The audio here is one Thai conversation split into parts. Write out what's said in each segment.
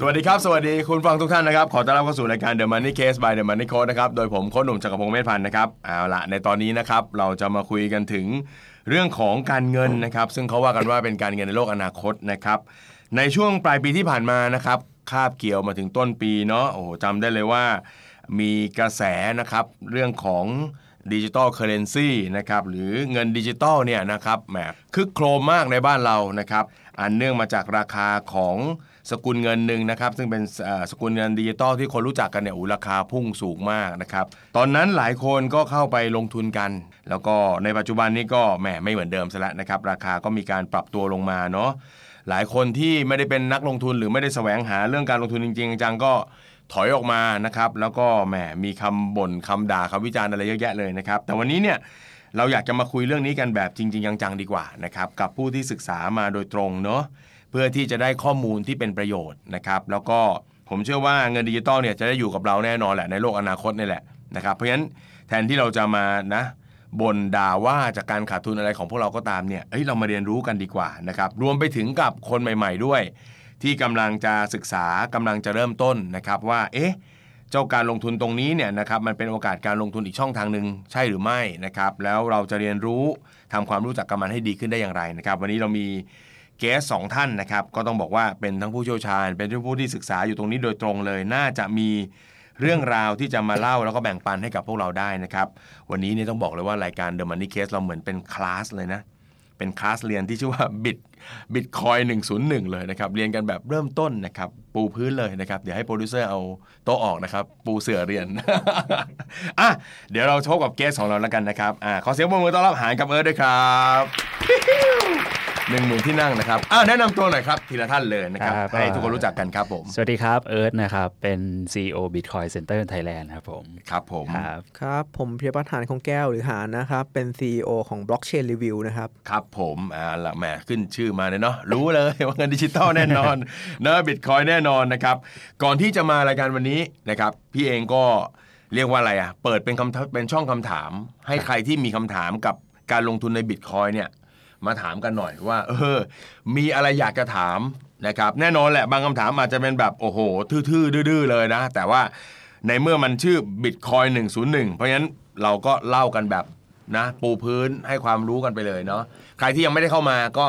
สวัสดีครับ สวัสดีคุณฟังทุกท่านนะครับ ขอต้อนรับเข้าสู่รายการ The Money Case by The Money Coach นะครับ โดยผมโค้ชหนุ่มจักรพงศ์เมธพันธ์นะครับเอาละในตอนนี้นะครับ เราจะมาคุยกันถึงเรื่องของการเงินนะครับ ซึ่งเขาว่ากันว่าเป็นการเงินในโลกอนาคตนะครับ ในช่วงปลายปีที่ผ่านมานะครับคาบเกี่ยวมาถึงต้นปีเนาะโอ้โหจำได้เลยว่า มีกระแสนะครับเรื่องของดิจิตอลเคอเรนซีนะครับหรือเงินดิจิตอลเนี่ยนะครับแหมคึกโครมมากในบ้านเรานะครับอันเนื่องมาจากราคาของสกุลเงินหนึ่งนะครับซึ่งเป็นเอ่อสกุลเงินดิจิตอลที่คนรู้จักกันเนี่ยอูราคาพุ่งสูงมากนะครับตอนนั้นหลายคนก็เข้าไปลงทุนกัน แล้วก็ในปัจจุบันนี้ก็แหมไม่เหมือนเดิมซะแล้วนะครับราคาก็มีการปรับตัวลงมาเนาะ หลายคนที่ไม่ได้เป็นนักลงทุนหรือไม่ได้แสวงหาเรื่องการลงทุนจริงๆจังๆก็ถอยออกมานะครับ แล้วก็แหมมีคำบ่นคำด่าคำวิจารณ์อะไรเยอะแยะเลยนะครับ แต่วันนี้เนี่ยเราอยากจะมาคุยเรื่องนี้กันแบบจริง ๆ จังๆดีกว่านะครับกับผู้ที่ศึกษามาโดยตรงเนาะเพื่อที่จะได้ข้อมูลที่เป็นประโยชน์นะครับ แล้วก็ผมเชื่อว่าเงินดิจิตอลเนี่ยจะได้อยู่กับเราแน่นอนแหละในโลกอนาคตนี่แหละนะครับ เพราะฉะนั้นแทนที่เราจะมานะ บ่นด่าว่าจากการขาดทุนอะไรของพวกเราก็ตามเนี่ย เอ้ยเรามาเรียนรู้กันดีกว่านะครับ รวมไปถึงกับคนใหม่ๆด้วย ที่กำลังจะศึกษากำลังจะเริ่มต้นนะครับว่า เอ๊ะ เจ้าการลงทุนตรงนี้เนี่ยนะครับมันเป็นโอกาสการลงทุนอีกช่องทางหนึ่งใช่หรือไม่นะครับ แล้วเราจะเรียนรู้ทำความรู้จักกับมันให้ดีขึ้นได้อย่างไรนะครับ วันนี้เรามีเกสสองท่านนะครับ ก็ต้องบอกว่าเป็นทั้งผู้เชี่ยวชาญ เป็นทั้งผู้ที่ศึกษาอยู่ตรงนี้โดยตรงเลย น่าจะมีเรื่องราวที่จะมาเล่าแล้วก็แบ่งปันให้กับพวกเราได้นะครับ วันนี้เนี่ยต้องบอกเลยว่ารายการ The Money Case เราเหมือนเป็นคลาสเลยนะ เป็นคลาสเรียนที่ชื่อว่าบิตบิตคอย101 เลยนะครับ เรียนกันแบบเริ่มต้นนะครับ ปูพื้นเลยนะครับ เดี๋ยวให้โปรดิวเซอร์เอาโต๊ะออกนะครับ ปูเสื่อเรียน อ่ะเดี๋ยวเราพบกับเกสของเราแล้วกันนะครับอ่ะขอเสียงปรบมือต้อนรับหานกับเอิร์ธด้วยครับหนึ่งหมื่นที่นั่งนะครับอ่ะแนะนำตัวหน่อยครับ ทีละท่านเลยนะครับ ครับ ให้ทุกคนรู้จักกันครับผม สวัสดีครับเอิร์ธนะครับ เป็น CEO Bitcoin Center Thailand ครับผม ครับผม ครับ ครับ ผมเพียรพัฒน์หานคงแก้วหรือหานนะครับ เป็น CEO ของ Blockchain Review นะครับ ครับผมอ่าละแหมขึ้นชื่อมาเนี่ยเนาะรู้เลย ว่าเงินดิจิตอลแน่นอน เนาะบิตคอยแน่นอนนะครับ ก่อนที่จะมารายการวันนี้นะครับ พี่เองก็เรียกว่าอะไรอ่ะ เปิดเป็นคำเป็นช่องคำถาม ให้ใครที่มีคำถามกับการลงทุนในบิตคอยเนี่ย มาถามกันหน่อยว่า เออ มีอะไรอยากจะถามนะครับ แน่นอนแหละบางคำถามอาจจะเป็นแบบโอ้โห ทื่อๆดื้อๆเลยนะ แต่ว่าในเมื่อมันชื่อบิตคอย101 เพราะฉะนั้นเราก็เล่ากันแบบนะ ปูพื้นให้ความรู้กันไปเลยเนาะใครที่ยังไม่ได้เข้ามาก็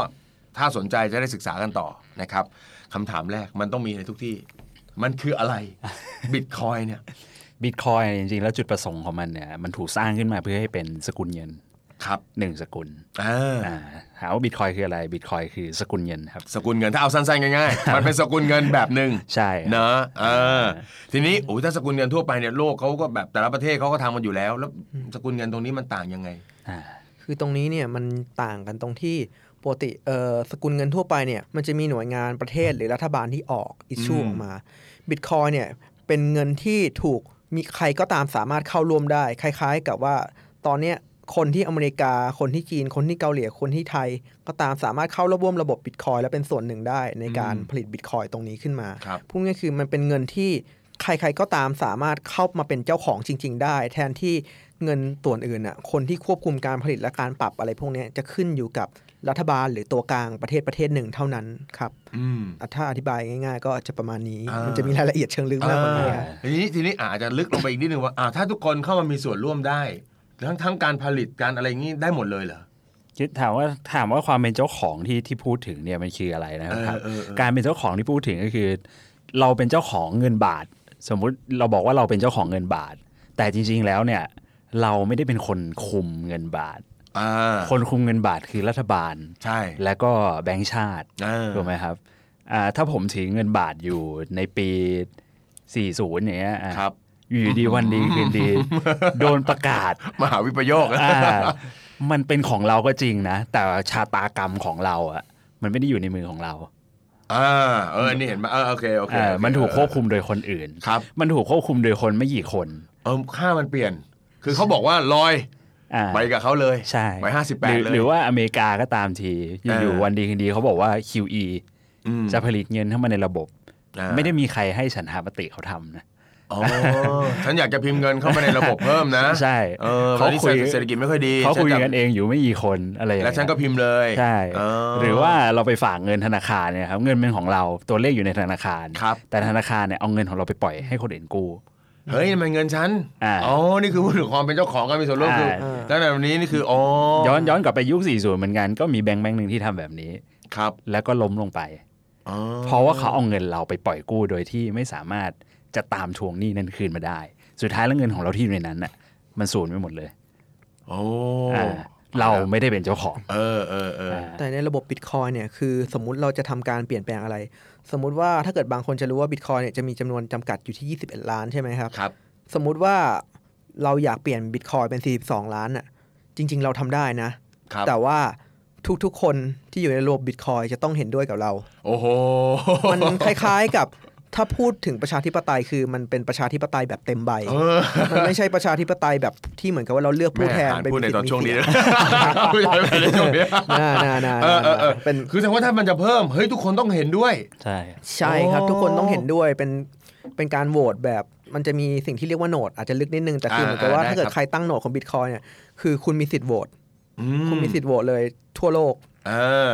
ถ้าสนใจจะได้ศึกษากันต่อนะครับคำถามแรกมันต้องมีในทุกที่ มันคืออะไร บิตคอยเนี่ย Bitcoin เนี่ยจริงๆ แล้วจุดประสงค์ของมันเนี่ยมันถูกสร้างขึ้นมาเพื่อให้เป็นสกุลเงิน ครับ หนึ่งสกุล อ่า อ่าถามว่า Bitcoin คืออะไร Bitcoin คือสกุลเงินครับ สกุลเงินถ้าเอาสั้นๆง่าย ๆมันเป็นสกุลเงินแบบหนึ่ง ใช่ครับ เนอะเออทีนี้โอ้ยถ้าสกุลเงินทั่วไปเนี่ยโลกเขาก็แบบแต่ละประเทศเขาก็ทำกันอยู่แล้ว แล้วสกุลเงินตรงนี้มันต่างยังไง อ่า คือตรงนี้เนี่ยมันต่างกันตรงที่ปกติเอ่อสกุลเงินทั่วไปเนี่ยมันจะมีหน่วยงานประเทศหรือรัฐบาลที่ออกอิชชู อืม ออกมาบิตคอยเนี่ยเป็นเงินที่ถูกมีใครก็ตามสามารถเข้าร่วมได้ คล้าย ๆ กับว่าตอนเนี้ยคนที่อเมริกาคนที่จีน คนที่เกาหลีคนที่ไทย ก็ตามสามารถเข้าร่วมระบบบิตคอยและเป็นส่วนหนึ่งได้ในการ อืม ผลิตบิตคอยตรงนี้ขึ้นมา ครับ พูดง่ายๆคือมันเป็นเงินที่ใครๆก็ตามสามารถเข้ามาเป็นเจ้าของจริง ๆ ได้ แทนที่ เงินส่วนอื่นน่ะ คนที่ควบคุมการผลิตและการปรับอะไรพวกเนี้ยจะขึ้นอยู่กับรัฐบาลหรือตัวกลางประเทศประเทศหนึ่งเท่านั้นครับ อืม อ่ะถ้าอธิบายง่าย ๆ ก็จะประมาณนี้ อ่ามั มันจะมีรายละเอียดเชิงลึกมากกว่านี้ครับ ทีนี้ทีนี้อาจจะลึกลงไปอีกนิดนึงว่าอ่าถ้าทุกคนเข้ามามีส่วนร่วมได้ทั้งทั้งการผลิตการอะไรอย่างนี้ได้หมดเลยเหรอ คิดถามว่าถามว่าความเป็นเจ้าของที่ที่พูดถึงเนี่ยมันคืออะไรนะครับ เออเออเออ การเป็นเจ้าของที่พูดถึงก็คือ เราเป็นเจ้าของเงินบาท สมมุติเราบอกว่าเราเป็นเจ้าของเงินบาท แต่จริง ๆ แล้วเนี่ยเราไม่ได้เป็นคนคุมเงินบาท อ่า คนคุมเงินบาทคือรัฐบาล ใช่ และก็แบงก์ชาติ อ่า ถูกไหมครับอ่าถ้าผมถือเงินบาทอยู่ในปี 40อย่างเงี้ยอ่ะ ครับ อยู่ ดีๆวันดีคืนดี โดนประกาศ มหาวิปโยค อ่ามันเป็นของเราก็จริงนะ แต่ชาตากรรมของเราอ่ะ มันไม่ได้อยู่ในมือของเรา อ่าเออนี่เห็นไหมเออโอเคโอเค อ่า โอเค มันถูกควบคุมโดยคนอื่น ครับ มันถูกควบคุมโดยคนไม่กี่คน เออค่ามันเปลี่ยน คือเขาบอกว่าลอย อ่า ไปกับเขาเลย ใช่ ไปห้าสิบแป ห ด รือ เลย หรือว่าอเมริกาก็ตามทีอ เอยู่ อ ๆวันดีคืนดีเขาบอกว่า QE อืม จะผลิตเงินเข้ามาในระบบ อ่า ไม่ได้มีใครให้ฉันหามติเขาทำนะ อ๋อฉันอยากจะพิมพ์เงินเข้ามาในระบบเพิ่มนะ ใช่ เออเขา เขาคุ คุย ย เศรษฐกิจไม่ค่อยดี เขาคุย ฉั กันเองอยู่ไม่กี่คนอะไรอย่าง และ เงี้ย ฉันก็พิมพ์เลย ใช่ เ หรือว่าเราไปฝากเงินธนาคารเนี่ยครับเงินเป็นของเราตัวเลขอยู่ในธนาคาร ครับ แต่ธนาคารเนี่ยเอาเงินของเราไปปล่อยให้คนอื่นกู้ เฮ้ยมันเงินฉัน อ่า อ๋อนี่คือพูดถึงความเป็นเจ้าของการมีส่วนร่วมคือ อ่า ตั้งแต่วันนี้นี่คืออ๋อ ย้อนย้อนกลับไปยุค40เหมือนกันก็มีแบงค์แบงค์หนึ่งที่ทำแบบนี้ ครับ แล้วก็ล้มลงไป อ๋อ เพราะว่าเขาเอาเงินเราไปปล่อยกู้โดยที่ไม่สามารถจะตามทวงหนี้นั้นคืนมาได้ สุดท้ายแล้วเงินของเราที่อยู่ในนั้นน่ะมันสูญไปหมดเลย โอ้ อ่าเราไม่ได้เป็นเจ้าของ เออเออเออ อ่า แต่ในระบบบิตคอยเนี่ยคือสมมุติเราจะทำการเปลี่ยนแปลงอะไร สมมุติว่าถ้าเกิดบางคนจะรู้ว่าบิตคอยเนี่ยจะมีจำนวนจำกัดอยู่ที่ 21 ล้านใช่ไหมครับ ครับ สมมุติว่าเราอยากเปลี่ยนบิตคอยเป็น 42 ล้านอ่ะจริง ๆ เราทำได้นะ ครับ แต่ว่าทุกๆ คนที่อยู่ในระบบบิตคอยจะต้องเห็นด้วยกับเรา โอ้โห มันคล้ายๆกับถ้าพูดถึงประชาธิปไตยคือมันเป็นประชาธิปไตยแบบเต็มใบ เออ มันไม่ใช่ประชาธิปไตยแบบที่เหมือนกับว่าเราเลือกผู้แทม่นอ่าน เป็น พูดใน มีตสิท อน ธิ์ ช่วง มี นี้ เสีย นะ ง พูด ในช่วงนี้ น่าน่าน่า เออเออเออ เป็น คือแสดงว่าถ้ามันจะเพิ่ม เฮ้ย ทุกคนต้องเห็นด้วย ใช่ ใช่ครับ โอ้ ทุกคนต้องเห็นด้วยเป็นเป็นการโหวตแบบมันจะมีสิ่งที่เรียกว่าโหนดอาจจะลึกนิดนึง แต่คือเหมือนกับว่า อ่าได้ ถ้าเกิคดรับ ใครตั้งโหนดของบิตคอยเนี่ยคือคุณมีสิทธิ์โหวต อื คุณมีสิทธิ์โหวตเลยทั่วโลก เออ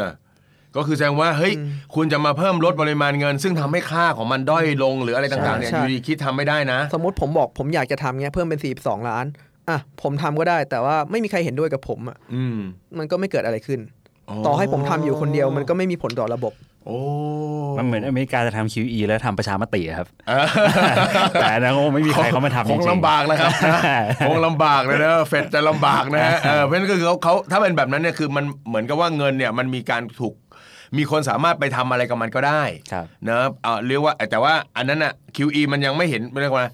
ก็คือแสดงว่า เฮ้ย คุณจะมาเพิ่มลดปริมาณเงิน ซึ่งทำให้ค่าของมันด้อยลงหรืออะไรต่างๆเนี่ย ใช่ อยู่ดีคิดทำไม่ได้นะ สมมติผมบอกผมอยากจะทำเงี้ยเพิ่มเป็น 42 ล้านอ่ะผมทำก็ได้แต่ว่าไม่มีใครเห็นด้วยกับผมอ่ะ อืม มันก็ไม่เกิดอะไรขึ้น ต่อให้ผมทำอยู่คนเดียวมันก็ไม่มีผลต่อระบบ โอ้ มันเหมือนอเมริกาจะทำ QE แล้วทำประชามติอะครับ เออ แต่อันนั้นคงไม่มีใครเขามาทำจ ค ริง ง ๆ ลำบากนะครับ คงลำบากเลยนะเฟดจะลำบากนะฮะเออเพราะฉะนั้นก็คือเขาเขาถ้าเป็นแบบนั้นเนี่ยคือมันเหมือนกับว่าเงินเนี่ยมันมีการถูก มีคนสามารถไปทำอะไรกับมันก็ได้ ครับ เนอะเออเรียกว่าแต่ว่าอันนั้นอะ QE มันยังไม่เห็นเรียกว่าอะไร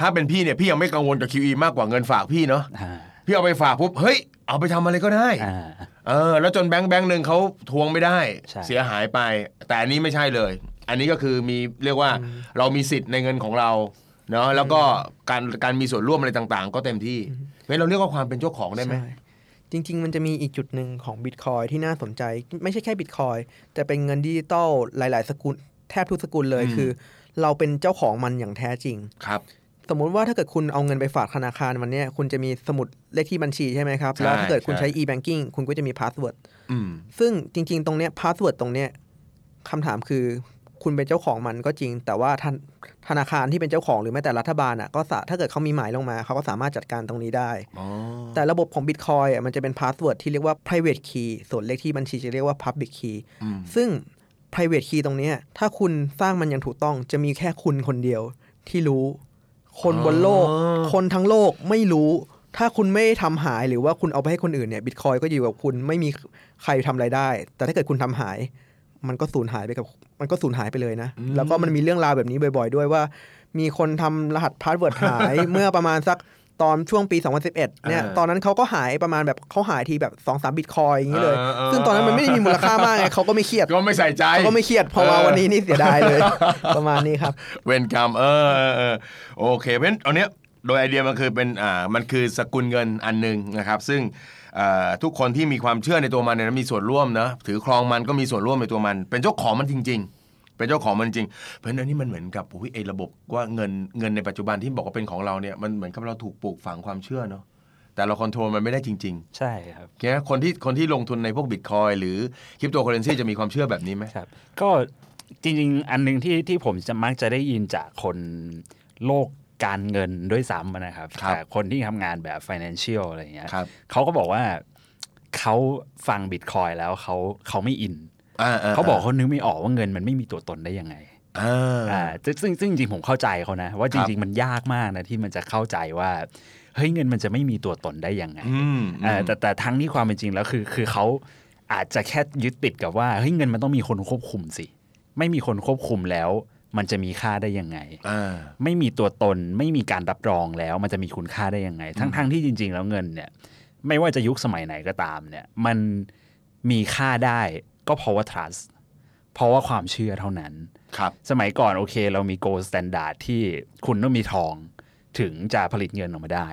ถ้าเป็นพี่เนี่ยพี่ยังไม่กังวลกับ QE มากกว่าเงินฝากพี่เนาะ อ่า พี่เอาไปฝากปุ๊บเฮ้ยเอาไปทำอะไรก็ได้ อ่า เออแล้วจนแบงค์แบงค์หนึ่งเขาทวงไม่ได้ ใช่ เสียหายไป แต่อันนี้ไม่ใช่เลย อันนี้ก็คือมีเรียกว่าเรามีสิทธิ์ในเงินของเราเนาะแล้วก็การการมีส่วนร่วมอะไรต่างๆ ก็เต็มที่งั้นเราเรียกว่าความเป็นเจ้าของได้ไหม ใช่จริง ๆ มันจะมีอีกจุดหนึ่งของบิตคอยที่น่าสนใจ ไม่ใช่แค่บิตคอยแต่เป็นเงินดิจิตอลหลาย ๆ สกุล แทบทุกสกุลเลย อืม คือ เราเป็นเจ้าของมันอย่างแท้จริง ครับ สมมุติว่าถ้าเกิดคุณเอาเงินไปฝากธนาคารวันเนี้ยคุณจะมีสมุดเลขที่บัญชีใช่ไหมครับ ใช่ แล้วถ้าเกิดคุณ ใช่ ใช้ e-banking คุณก็จะมีพาสเวิร์ด อืม ซึ่งจริง ๆ ตรงเนี้ยพาสเวิร์ดตรงเนี้ยคำถามคือคุณเป็นเจ้าของมันก็จริง แต่ว่าธนธนาคารที่เป็นเจ้าของหรือแม้แต่รัฐบาลอ่ะก็สาถ้าเกิดเขามีหมายลงมาเขาก็สามารถจัดการตรงนี้ได้ อ๋อ แต่ระบบของ Bitcoin อ่ะมันจะเป็นพาสเวิร์ดที่เรียกว่า private key ส่วนเลขที่บัญชีจะเรียกว่า public key อืม ซึ่ง private key ตรงเนี้ยถ้าคุณสร้างมันอย่างถูกต้องจะมีแค่คุณคนเดียวที่รู้ คนบนโลก คนทั้งโลกไม่รู้ ถ้าคุณไม่ทำหายหรือว่าคุณเอาไปให้คนอื่นเนี่ยบิตคอยก็อยู่กับคุณไม่มีใครทำอะไรได้ แต่ถ้าเกิดคุณทำหาย มันก็สูญหายไปกับมันก็สูญหายไปเลยนะ แล้วก็มันมีเรื่องราวแบบนี้บ่อยๆ ด้วยว่า มีคนทำรหัสพาสเวิร์ดหาย เมื่อประมาณสักตอนช่วงปี 2011เนี่ย อ่า ตอนนั้นเขาก็หายประมาณแบบเขาหายทีแบบ2อสบิตคอยอย่างนี้เลย อ่าอ่า ซึ่งตอนนั้นมันไม่ได้มีมูลค่า มากไงเขาก็ไม่เครียด ก็ไม่ใส่ใจ เขาก็ไม่เครียดพอมา เออ วันนี้นี่เสียดาย เลย ประมาณนี้ครับ เวรกรรมเออเออเออโอเคเพราะฉะนั้นเอาเนี้ยโดยไอเดียมันคือเป็นอ่ามันคือสกุลเงินอันหนึ่งนะครับ ซึ่งเอ่อทุกคนที่มีความเชื่อในตัวมันเนี่ยนะมีส่วนร่วมนะถือครองมันก็มีส่วนร่วมในตัวมัน เป็นเจ้าของมันจริง ๆ เป็นเจ้าของมันจริง เพราะฉะนั้นอันนี่มันเหมือนกับอุ้ยไอระบบว่าเงินเงินในปัจจุบันที่บอกว่าเป็นของเราเนี่ยมันเหมือนกับเราถูกปลูกฝังความเชื่อเนาะแต่เราควบคุมมันไม่ได้จริง ใช่ครับ ๆแค่คนที่คนที่ลงทุนในพวกบิตคอยหรือคริปโตเคอเรนซีจะมีความเชื่อแบบนี้ไหม ครับก็จริงๆ อันหนึ่งที่ที่ผมจะมักจะได้ยินจากคนโลกการเงินด้วยซ้ำนะครับ ครับ แต่คนที่ทำงานแบบ financial อะไรอย่างเงี้ย ครับ เขาก็บอกว่าเขาฟังบิตคอยแล้วเขาเขาไม่อิน อ่ๆๆ เขาบอกเขานึกไม่ออกว่าเงินมันไม่มีตัวตนได้ยังไง อ่า อ่าซึ่งซึ่งซึ่งจริงๆผมเข้าใจเขานะ ว่าจริง ๆ มันยากมากนะที่มันจะเข้าใจว่าเฮ้ยเงินมันจะไม่มีตัวตนได้ยังไง อืม เอ่อแต่แต่ทั้งที่ความเป็นจริงแล้วคือคือเขาอาจจะแค่ยึดติดกับว่าเฮ้ยเงินมันต้องมีคนควบคุมสิ ไม่มีคนควบคุมแล้ว มันจะมีค่าได้ยังไง อ่า ไม่มีตัวตนไม่มีการรับรองแล้ว มันจะมีคุณค่าได้ยังไง ทั้งทั้งที่จริง ๆ แล้วเงินเนี่ยไม่ว่าจะยุคสมัยไหนก็ตามเนี่ยมันมีค่าได้ก็เพราะว่า trust เพราะว่าความเชื่อเท่านั้น ครับ สมัยก่อนโอเค เรามี gold standard ที่คุณต้องมีทองถึงจะผลิตเงินออกมาได้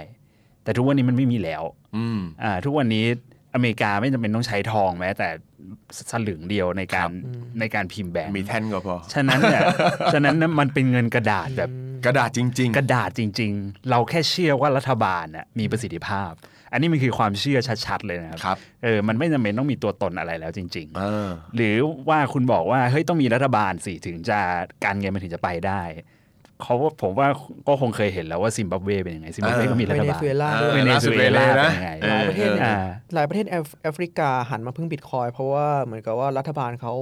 แต่ทุกวันนี้มันไม่มีแล้ว อืม อ่าทุกวันนี้อเมริกาไม่จำเป็นต้องใช้ทองแม้ แต่สลึงเดียวในการในการพิมพ์แบงค์ มีแท่นก็พอ ฉะนั้น เนี่ย ฉะนั้นน่ะมันเป็นเงินกระดาษแบบ กระดาษจริง กระดาษจริง ๆ เราแค่เชื่อว่ารัฐบาลน่ะมีประสิทธิภาพ อันนี้มันคือความเชื่อชัดๆเลยนะครับ ครับ เออมันไม่จำเป็นต้องมีตัวตนอะไรแล้วจริง ๆเออ ๆ หรือว่าคุณบอกว่าเฮ้ยต้องมีรัฐบาลสิถึงจะการเงินมันถึงจะไปได้เขาผมว่าก็คงเคยเห็นแล้วว่าซิมบับเวเป็นยังไงซิมบับเอเวอ ก็มี เว รัฐ เน บาล ซุเอลา เอ ด้ อ วย เวเน ล่า ซุ สุด เอ เลย ลา นะ เป็นยังไง อ ห อ ลายประเทออศอ่า หลายประเทศแอฟแอฟริกาหันมาพึ่งบิตคอยน์เพราะว่าเหมือนกับว่ารัฐบาลเขา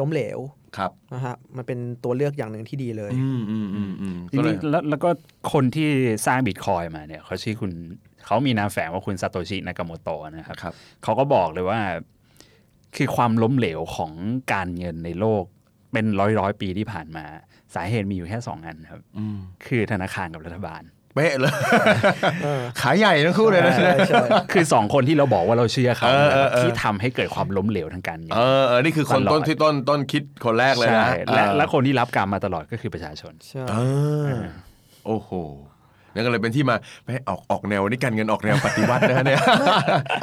ล้มเหลว ครับ นะฮะมันเป็นตัวเลือกอย่างหนึ่งที่ดีเลย อืมอืมอืมอืม จ ก็เล ริ ย งๆแล้วแล้วก็คนที่สร้างบิตคอยมาเนี่ยเขาชื่อคุณเขามีนามแฝงว่าคุณซาโตชินากาโมโตะนะครับ ครับ เขาก็บอกเลยว่า คือความล้มเหลวของการเงินในโลก เป็นร้อยร้อยๆปีที่ผ่านมา สาเหตุมีอยู่แค่สองอันครับ อืม คือธนาคารกับรัฐบาล เป๊ะเลย เออ ขายใหญ่ทั้งคู่เลยนะ ใช่ใช่ คือสองคนที่เราบอกว่าเราเชื่อเขา เออเออเออ ที่ทำให้เกิดความล้มเหลวทางการเงิน เออเออนี่คือคน ตลอด ต้นที่ต้นต้นคิดคนแรกเลย ใช่ นะ และ เออ และคนที่รับกรรมมาตลอดก็คือประชาชน ใช่ เออโอ้โหนั่นก็เลยเป็นที่มาไม่ออกออกแนวนี่การเงินออกแนวปฏิวัตินะฮะเนี่ย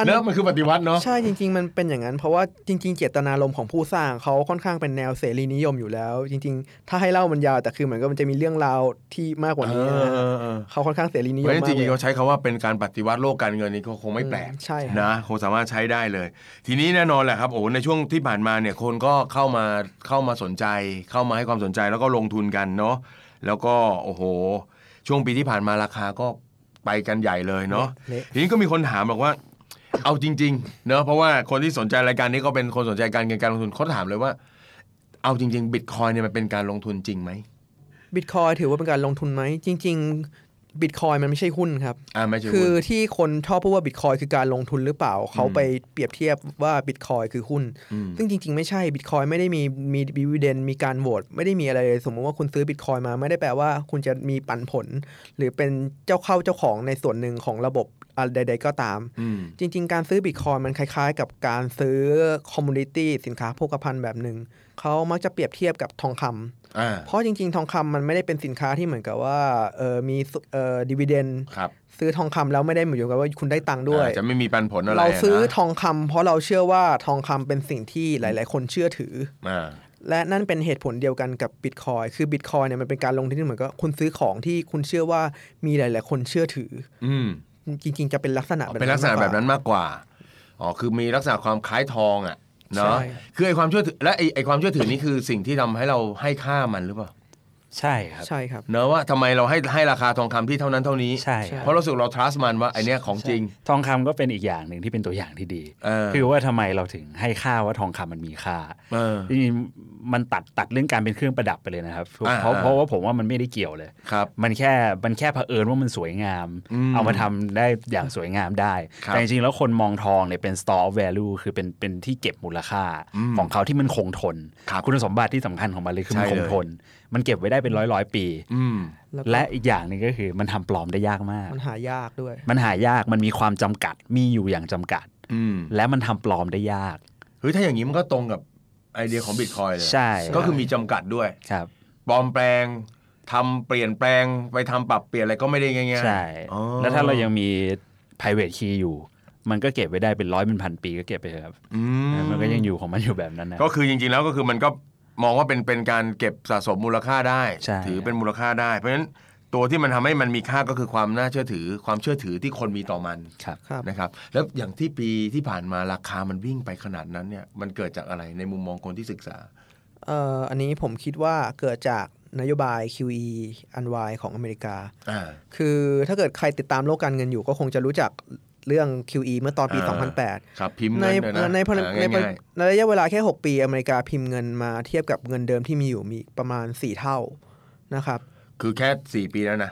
เนอะมันคือปฏิวัติเนาะ ใช่จริง ๆ มันเป็นอย่างนั้น เพราะว่าจริง ๆ เจตนารมณ์ของผู้สร้างเขาค่อนข้างเป็นแนวเสรีนิยมอยู่แล้ว จริง ๆ ถ้าให้เล่ามันยาวแต่คือเหมือนกับมันจะมีเรื่องราวที่มากกว่านี้นะฮะ เออเออเออ เขาค่อนข้างเสรีนิย เพ ม ราะ มา ฉะ ก นั้นจ เล ริงๆเขา ย ใช้คาว่าเป็นการปฏิวัติโลกการเงินนี่ก็คงไม่แปลก อืมใช่ครับ นะคงสามารถใช้ได้เลย ทีนี้แน่นอนแหละครับโอ้โหในช่วงที่ผ่านมาเนี่ยคนก็เข้ามาเข้ามาสนใจ เข้ามาให้ความสนใจแล้วก็ลงทุนกันเนาะแล้วก็โอ้โห ช่วงปีที่ผ่านมาราคาก็ไปกันใหญ่เลยเนาะ เละ ทีนี้ก็มีคนถามบอกว่า เอาจริงๆเนาะเพราะว่าคนที่สนใจรายการนี้ก็เป็นคนสนใจการเงินการลงทุนเขาถามเลยว่า เอาจริงๆบิตคอยเนี่ยมันเป็นการลงทุนจริงไหม บิตคอยถือว่าเป็นการลงทุนไหมจริง ๆ บิตคอยมันไม่ใช่หุ้นครับ อ่าไม่ใช่ คือที่คนชอบพูดว่าบิตคอยคือการลงทุนหรือเปล่า เขาไปเปรียบเทียบว่าบิตคอยคือหุ้น อืม ซึ่งจริง ๆ ไม่ใช่บิตคอยไม่ได้มีมีดีวเดนมีการโหวตไม่ได้มีอะไรเลย สมมติว่าคุณซื้อบิตคอยมาไม่ได้แปลว่าคุณจะมีปันผล หรือเป็นเจ้าเข้าเจ้าของในส่วนหนึ่งของระบบอะไรใด ๆ ก็ตาม อืม จริง ๆ การซื้อบิตคอยมันคล้าย ๆ กับการซื้อคอมมูนิตี้สินค้าโภคภัณฑ์แบบหนึ่งเขามักจะเปรียบเทียบกับทองคำ อ่า เพราะจริง ๆ ทองคำมันไม่ได้เป็นสินค้าที่เหมือนกับว่าเออมีสุเออดีเวเดน ครับ ซื้อทองคำแล้วไม่ได้เหมือนกับว่าคุณได้ตังค์ด้วย อ่าจะไม่มีปันผลอะไร เราซื้อ นะ ทองคำเพราะเราเชื่อว่าทองคำเป็นสิ่งที่หลาย ๆ คนเชื่อถือ อ่า และนั่นเป็นเหตุผลเดียวกันกับบิตคอยคือบิตคอยเนี่ยมันเป็นการลงทุนที่เหมือนกับคุณซื้อของที่คุณเชื่อว่ามีหลาย ๆ คนเชื่อถือ อืม จริง ๆ จะเป็นลักษณะแบบ เป็นลักษณะแบบนั้นมากกว่าอ๋อคือมีลักษณะความคล้ายทองอ่ะเนาะ ใช่ คือไอความเชื่อถือและไอไอความเชื่อถือนี่คือสิ่งที่ทำให้เราให้ค่ามันหรือเปล่า ใช่ครับ ใช่ครับ เนาะว่าทำไมเราให้ให้ราคาทองคำที่เท่านั้นเท่านี้ ใช่คใช่รับ เพราะเราสึกเรา trust มันว่าไอเนี้ยของจริง ทองคำก็เป็นอีกอย่างหนึ่งที่เป็นตัวอย่างที่ดี เออ คือว่าทำไมเราถึงให้ค่าว่าทองคำมันมีค่า เออ จริงๆมันตัดตัดเรื่องการเป็นเครื่องประดับไปเลยนะครับ อ่า เพราะ อ่า เพราะว่าผมว่ามันไม่ได้เกี่ยวเลย ครับ มันแค่มันแค่เผอิญว่ามันสวยงาม อืม เอามาทำได้อย่างสวยงามได้ ครับ แต่จริงๆแล้วคนมองทองเนี่ยเป็น store of value คือเป็นเป็นที่เก็บมูลค่า อืม ของเขาที่มันคงทน ครับ คุณสมบัติที่สำคัญของมันเลยคือมัน ใช่ ค เล ง ย ทน มันเก็บไว้ได้เป็นร้อยร้อยๆปี อืม แล้วก็ และอีกอย่างหนึ่งก็คือมันทำปลอมได้ยากมาก มันหายากด้วย มันหายากมันมีความจำกัดมีอยู่อย่างจำกัด อืม และมันทำปลอมได้ยาก เฮ้ยถ้าอย่างนี้มันก็ตรงกับไอเดียของบิตคอยเลย ใช่ ก็คือมีจำกัดด้วย ครับ ปลอมแปลงทำเปลี่ยนแปลงไปทำปรับเปลี่ยนอะไรก็ไม่ได้ง่ายๆ ใช่ อ๋อ แล้วถ้าเรายังมี private key อยู่ มันก็เก็บไว้ได้เป็นร้อยเป็นพันปีก็เก็บไปเถอะครับ อืม มันก็ยังอยู่ของมันอยู่แบบนั้นนะ ก็คือจริงๆแล้วก็คือมันก็มองว่าเป็นเป็นการเก็บสะสมมูลค่าได้ ใช่ ถือเป็นมูลค่าได้ เพราะฉะนั้นตัวที่มันทำให้มันมีค่าก็คือความน่าเชื่อถือ ความเชื่อถือที่คนมีต่อมัน ครับ ครับ นะครับแล้วอย่างที่ปีที่ผ่านมาราคามันวิ่งไปขนาดนั้นเนี่ยมันเกิดจากอะไรในมุมมองคนที่ศึกษา เอ่ออันนี้ผมคิดว่าเกิดจากนโยบาย QE อันวายของอเมริกา อ่า คือถ้าเกิดใครติดตามโลกการเงินอยู่ก็คงจะรู้จักเรื่อง QE เมื่อตอนปี อ่า 2008 ครับพิมพ์ ใน เงินเนยนะ ในพล หา ในพล ง่าย ในระยะเวลาแค่ 6 ปีอเมริกาพิมพ์เงินมาเทียบกับเงินเดิมที่มีอยู่มีประมาณ 4 เท่านะครับ ๆคือแค่ 4 ปีแล้วนะ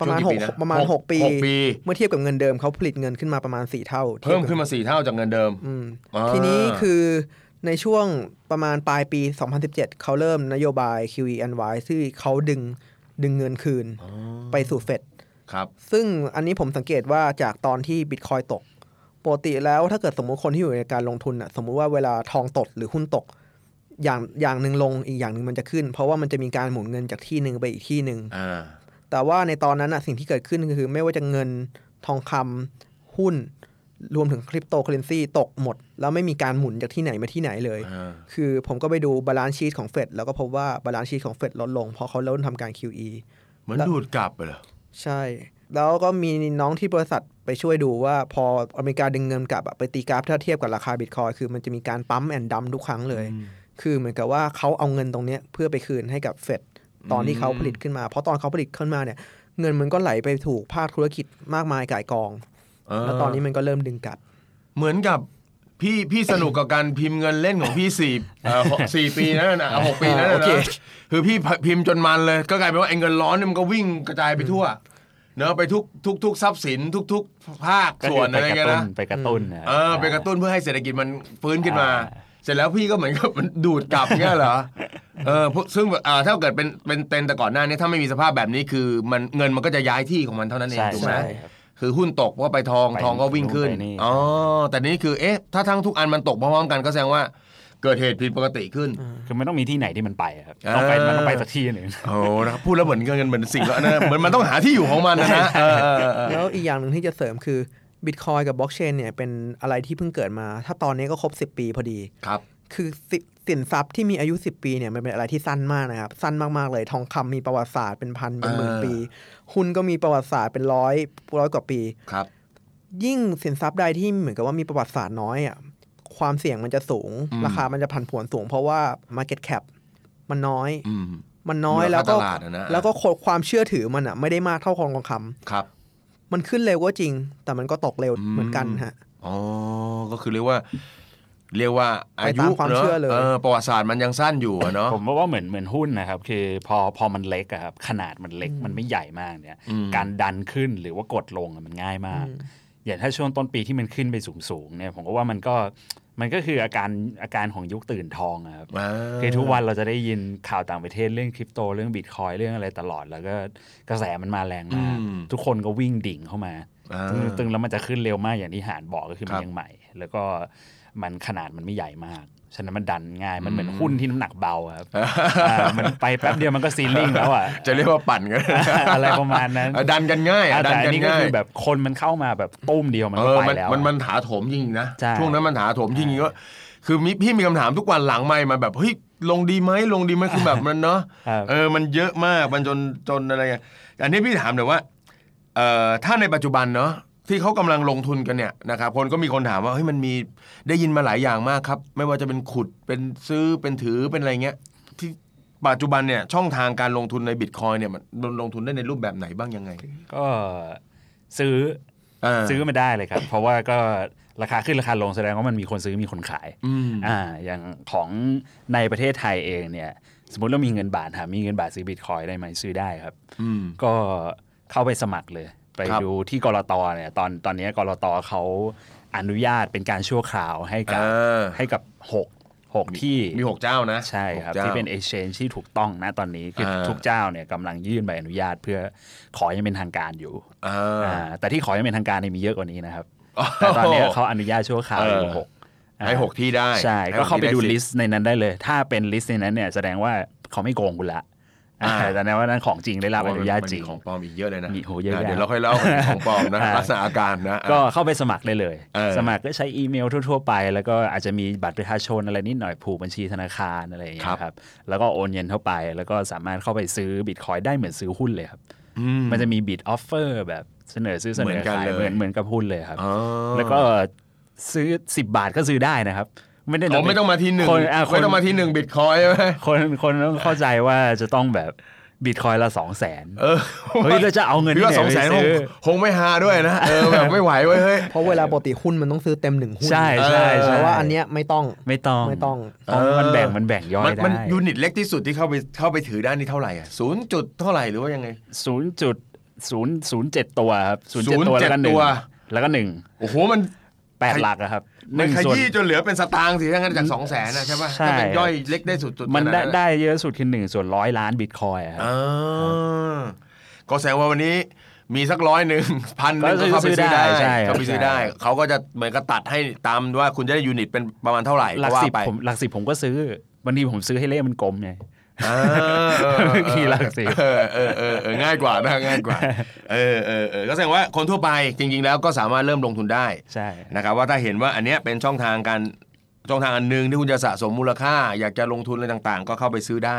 ประมาณ ช่วงกี่น หกประมาณหกปี หกปี เมื่อเทียบกับเงินเดิมเขาผลิตเงินขึ้นมาประมาณ 4 เท่า เพิ่ม ทียบกับ ขึ้นมา 4 เท่าจากเงินเดิม อืม อ่า ทีนี้คือในช่วงประมาณปลายปี 2017 เขาเริ่มนโยบาย QE and Y ที่เขาดึงดึงเงินคืนไปสู่เฟด ครับ ซึ่งอันนี้ผมสังเกตว่าจากตอนที่บิตคอยตก ปกติแล้วถ้าเกิดสมมุติคนที่อยู่ในการลงทุนอ่ะสมมุติว่าเวลาทองตกหรือหุ้นตก อย่างอย่างหนึ่งลงอีกอย่างหนึ่งมันจะขึ้น เพราะว่ามันจะมีการหมุนเงินจากที่หนึ่งไปอีกที่หนึ่ง อ่า แต่ว่าในตอนนั้นอ่ะสิ่งที่เกิดขึ้นก็คือ ไม่ว่าจะเงิน ทองคำหุ้น รวมถึงคริปโตเคอเรนซีตกหมด แล้วไม่มีการหมุนจากที่ไหนมาที่ไหนเลย อ่า คือผมก็ไปดูบาลานซ์ชีตของเฟดแล้วก็พบว่าบาลานซ์ชีตของเฟดลดลงเพราะเขาเริ่มทำการ QE เหมือนดูดกลับไปเหรอ ใช่ แล้วก็มีน้องที่บริษัทไปช่วยดูว่าพออเมริกาดึงเงินกลับอะไปตีกราฟถ้าเทียบกับราคาบิตคอยคือมันจะมีการปั๊มแอนดัมทุกครั้งเลย คือเหมือนกับว่าเขาเอาเงินตรงเนี้ยเพื่อไปคืนให้กับเฟดตอนที่เขาผลิตขึ้นมา เพราะตอนเขาผลิตขึ้นมาเนี่ย เงินมันก็ไหลไปถูกภาคธุรกิจมากมายก่ายกอง เออ แล้วตอนนี้มันก็เริ่มดึงกลับ เหมือนกับพี่พี่สนุกกับการพิมพ์เงินเล่นของ พี่สี่เอ่อหกสี่ปีนั่นน่ะเอาหกปีนั่น โอ น่ะ เค นะคือพี่พิมพ์จนมันเลย ก็กลายเป็นว่าไอ้เงินร้อนเนี่ยมันก็วิ่งกระจายไปทั่วเนอะไปทุกทุกทุกทรัพย์สินทุกทุกภาค ก็ ส่วน คื อะไร ไปก เงี้ยระตุ้น นะ ไปกระตุ้นน เออไปกระตุ้นเพื่อให้เศรษฐกิจมันฟื้นขึ้นมา อ่ เสร็จแล้วพี่ก็เหมือนกับ มันดูดกลับเงี้ยเหรอเออพวกซึ่งอ่าถ้าเกิดเป็นเป็นเต็นแต่ก่อนหน้านี้ถ้าไม่มีสภาพแบบนี้คือมันเงินมันก็จะย้ายที่ของมันเท่านั้นเอง ใช่ ถูกไหม ใช่ คือหุ้นตกก็ไปทอง ไป ทองก็วิ่งขึ้น ไปนี่ อ๋อแต่นี้คือเอ๊ะ ถ้าทั้งทุกอันมันตกพร้อมๆกันก็แสดงว่าเกิดเหตุผิดปกติขึ้น คือมันต้องมีที่ไหนที่มันไปอะครับต้องไป เออ มันต้องไปสักที่หนึ่ง โอ้นะครับพูดแล้วเหมือนเงินเหมือนสิ่งแล้วนะเหมือนมันต้องหาที่อยู่ของมันนะนะเออเออเออ แล้วอีกอย่างหนึ่งที่จะเสริมคือบิตคอยกับบล็อกเชนเนี่ยเป็นอะไรที่เพิ่งเกิดมา ถ้าตอนนี้ก็ครบ 10 ปีพอดี ครับ คือสิสินทรัพย์ที่มีอายุ 10 ปีเนี่ยมันเป็นอะไรที่สั้นมากนะครับ สั้นมาก ๆ เลยทองคำมีประวัติศาสตร์เป็นพันเป็นหมื่น เออ ปี หุ้นก็มีประวัติศาสตร์เป็นร้อยร้อยกว่าปี ครับ ยิ่งสินทรัพย์ใดที่เหมือนกับว่ามีประวัติศาสตร์น้อยอ่ะความเสี่ยงมันจะสูง อืม ราคามันจะผันผวนสูง เพราะว่า Market Cap มันน้อย อืม มันน้อย มูลค่า แล้วตก็ลาดอะนะ แล้วก็ความเชื่อถือมันอ่ะไม่ได้มากเท่าทองคำ ครับ มันขึ้นเร็วก็จริง แต่มันก็ตกเร็วเหมือนกันฮะ อ๋อ ก็คือเรียกว่า เรียกว่าอา ไปตา ยุ มความเชื่อเลย เออประวัติศาสตร์มันยังสั้นอยู่อะเนาะ ผมว่าเหมือนเหมือนหุ้นนะครับ คือพอพอมันเล็กอะครับขนาดมันเล็กมันไม่ใหญ่มากเนี่ย อืม การดันขึ้นหรือว่ากดลงอะมันง่ายมาก อย่างถ้าช่วงต้นปีที่มันขึ้นไปสูงๆเนี่ย ผมก็ว่ามันก็มันก็คืออาการอาการของยุคตื่นทองอะครับ อ่า คือทุกวันเราจะได้ยินข่าวต่างประเทศเรื่องคริปโตเรื่องบิตคอยเรื่องอะไรตลอด แล้วก็กระแสมันมาแรงมาก ทุกคนก็วิ่งดิ่งเข้ามา อ่า ตึงตึงแล้วมันจะขึ้นเร็วมากอย่างที่หานบอกก็คือมั ครั น บ ยังใหม่ แล้วก็มันขนาดมันไม่ใหญ่มาก ฉะนั้นมันดันง่ายมันเหมือน อืม หุ้นที่น้ำหนักเบา ครับอ่ามันไปแป๊บเดียวมันก็ซีลิ่งแล้วอ่ะ จะเรียกว่าปั่นกัน อะไรประมาณนั้น อ่ะดันกันง่ายอ่ะ อ่า ดั แต่ น อัน กัน นี้ก็ ง่าย คือแบบคนมันเข้ามาแบบตุ้มเดียวมัน เอ ก็ อ ไป มัน แล้ว มันมัน อะ ถาโถมจริงนะ ใช่ ช่วงนั้นมันถาโถมจริงๆก็คือมิพี่มีคำถามทุกวันหลังไม่มาแบบเฮ้ยลงดีไหมลงดีไหมคือแบบมันเนาะ ครับ เออ มันเยอะมาก มันจน จนอะไรอ่ะอันนี้พี่ถามหน่อยว่า เอ่อ ถ้าในปัจจุบันเนาะ ที่เขากำลังลงทุนกันเนี่ยนะครับ คนก็มีคนถามว่า เฮ้ย มันมี ได้ยินมาหลายอย่างมากครับ ไม่ว่าจะเป็นขุด เป็นซื้อ เป็นถือ เป็นอะไรเงี้ย ที่ปัจจุบันเนี่ย ช่องทางการลงทุนในบิตคอยเนี่ย มันลงทุนได้ในรูปแบบไหนบ้างยังไง ก็ซื้อ เ ซื้อมาได้เลยครับ เพราะว่าก็ราคาขึ้นราคาลงแสดงว่ามันมีคนซื้อมีคนขาย อืม อ่าอย่างของในประเทศไทยเองเนี่ย สมมติเรามีเงินบาทถามมีเงินบาทซื้อบิตคอยน์ได้ไหมซื้อได้ครับ อืม ก็เข้าไปสมัครเลย ไป ครับ ดูที่กรตเนี่ยตอนตอนนี้กรตเขาอนุญาตเป็นการชั่วคราวให้กับ อ่า ให้กับ6 6ที่ มีหกเจ้านะ ใช่ครัหบกจ้า ที่เป็น exchange ที่ถูกต้องนะตอนนี้คืออา ทุกเจ้าเนี่ยกำลังยื่นใบอนุญาตเพื่อขอยังเป็นทางการอยู่ อ่า อ่าแต่ที่ขอยังเป็นทางการเนี่ยมีเยอะกว่านี้นะครับแต่ตอนนี้เขาอนุญาตชั่วคราวอเอยู่อ หกอ่า ให้หกที่ได้ ใช่ ห้ ก็เข้าไปดู ที่ ลิ สิทธิ์ สต์ในนั้นได้เลย ถ้าเป็นลิสต์ในนั้นเนี่ยแสดงว่าเขาไม่โกงคุณละ อ่า อ่าแต่ในว่านั้นของจริงได้รับอนุญาตจริง มันมีของปลอมอีกเยอะเลยนะ มีโหเยอะแยะ เดี๋ยวเราค่อยเล่าถึงของปลอมนะ อ่า ลักษณะอาการนะ ก็เข้าไปสมัครได้เลย เออ สมัครก็ใช้อีเมลทั่ว ๆ ไป แล้วก็อาจจะมีบัตรประชาชนอะไรนิดหน่อยผูกบัญชีธนาคารอะไรอย่างเงี้ยครับ แล้วก็โอนเงินเข้าไป แล้วก็สามารถเข้าไปซื้อบิตคอยได้เหมือนซื้อหุ้นเลยครับ อืม มันจะมีบิตออฟเฟอร์แบบเสนอซื้อเสน เหมื อ อนกัน ขาย เลย เหมือนเหมือนกับหุ้นเลยครับ อ๋อ แล้วก็ซื้อ 10 บาทก็ซื้อได้นะครับ ไม่ได้จะ อ๋อไม่ต้องมาที่หนึ่ง คนอ่าคน ไม่ต้องมาที่หนึ่งบิตคอยใช่ไหม คนคนต้องเข้าใจว่าจะต้องแบบบิตคอยละสองแสน เออ เฮ้ยเราจะเอาเงิน พี่ ที่ ว่า ไหน สองแส ไป น ซื้อ คงไม่ฮาด้วยนะ เออ แบบไม่ไหวเว้ยเฮ้ย เพราะเวลาปกติหุ้นมันต้องซื้อเต็มหนึ่งหุ้น ใช่ใช่ใช่ แต่ว่าอันเนี้ยไม่ต้อง ไม่ต้อง ไม่ต้อง เพราะมัน เออ แบ่งมันแบ่งย่อย มัน ได้ มันยูนิตเล็กที่สุดที่เข้าไปเข้าไปถือได้นี่เท่าไหร่อ่ะศูนย์จุดเท่าไหร่หรือว่ายังไง ศูนย์จุดศูนย์ศูนย์เจ็ดตัวครับศูนย์เจ็ดตัว 0.7 แล้วก็หตัวนึ่งแล้วก็หนึ่ง โอ้โหมัน แปดหลักอะครับห มัน นึ่ง ข ส่วน ยี้จนเหลือเป็นสตางค์สิถ้างั้นจากสองแสนนะใช่ป่ะ ใช่ ถ้าเป็นย่อยเล็กได้สุดจุด มันได้ ขา ได้เยอะสุดคือหนึ่งส่วนร้อยล้านบิตคอยน์อะครับ อ่าก็แสดงว่าวันนี้มีสักร้อยหนึ่งพันหนึงก็เข้าไปซื้อได้ ใช่ครั เข้า บ ไปซื้อได้ เขาก็จะเหมือนกับตัดให้ตามว่าคุณจะได้ยูนิตเป็นประมาณเท่าไหร่ หลัก ว่า สิบ ไป ผมหลักสิบผมก็ซื้อบางทีผมซื้อให้เล่มันกลมไง อ่าเออเออเออ ขี่หลักสิบ เออเออเออเออง่ายกว่านะง่ายกว่า เออเออเออก็แสดงว่าคนทั่วไปจริง ๆ แล้วก็สามารถเริ่มลงทุนได้ ใช่ นะครับว่าถ้าเห็นว่าอันเนี้ยเป็นช่องทางการช่องทางอันหนึงที่คุณจะสะสมมูลค่า อยากจะลงทุนอะไรต่างๆ ก็เข้าไปซื้อได้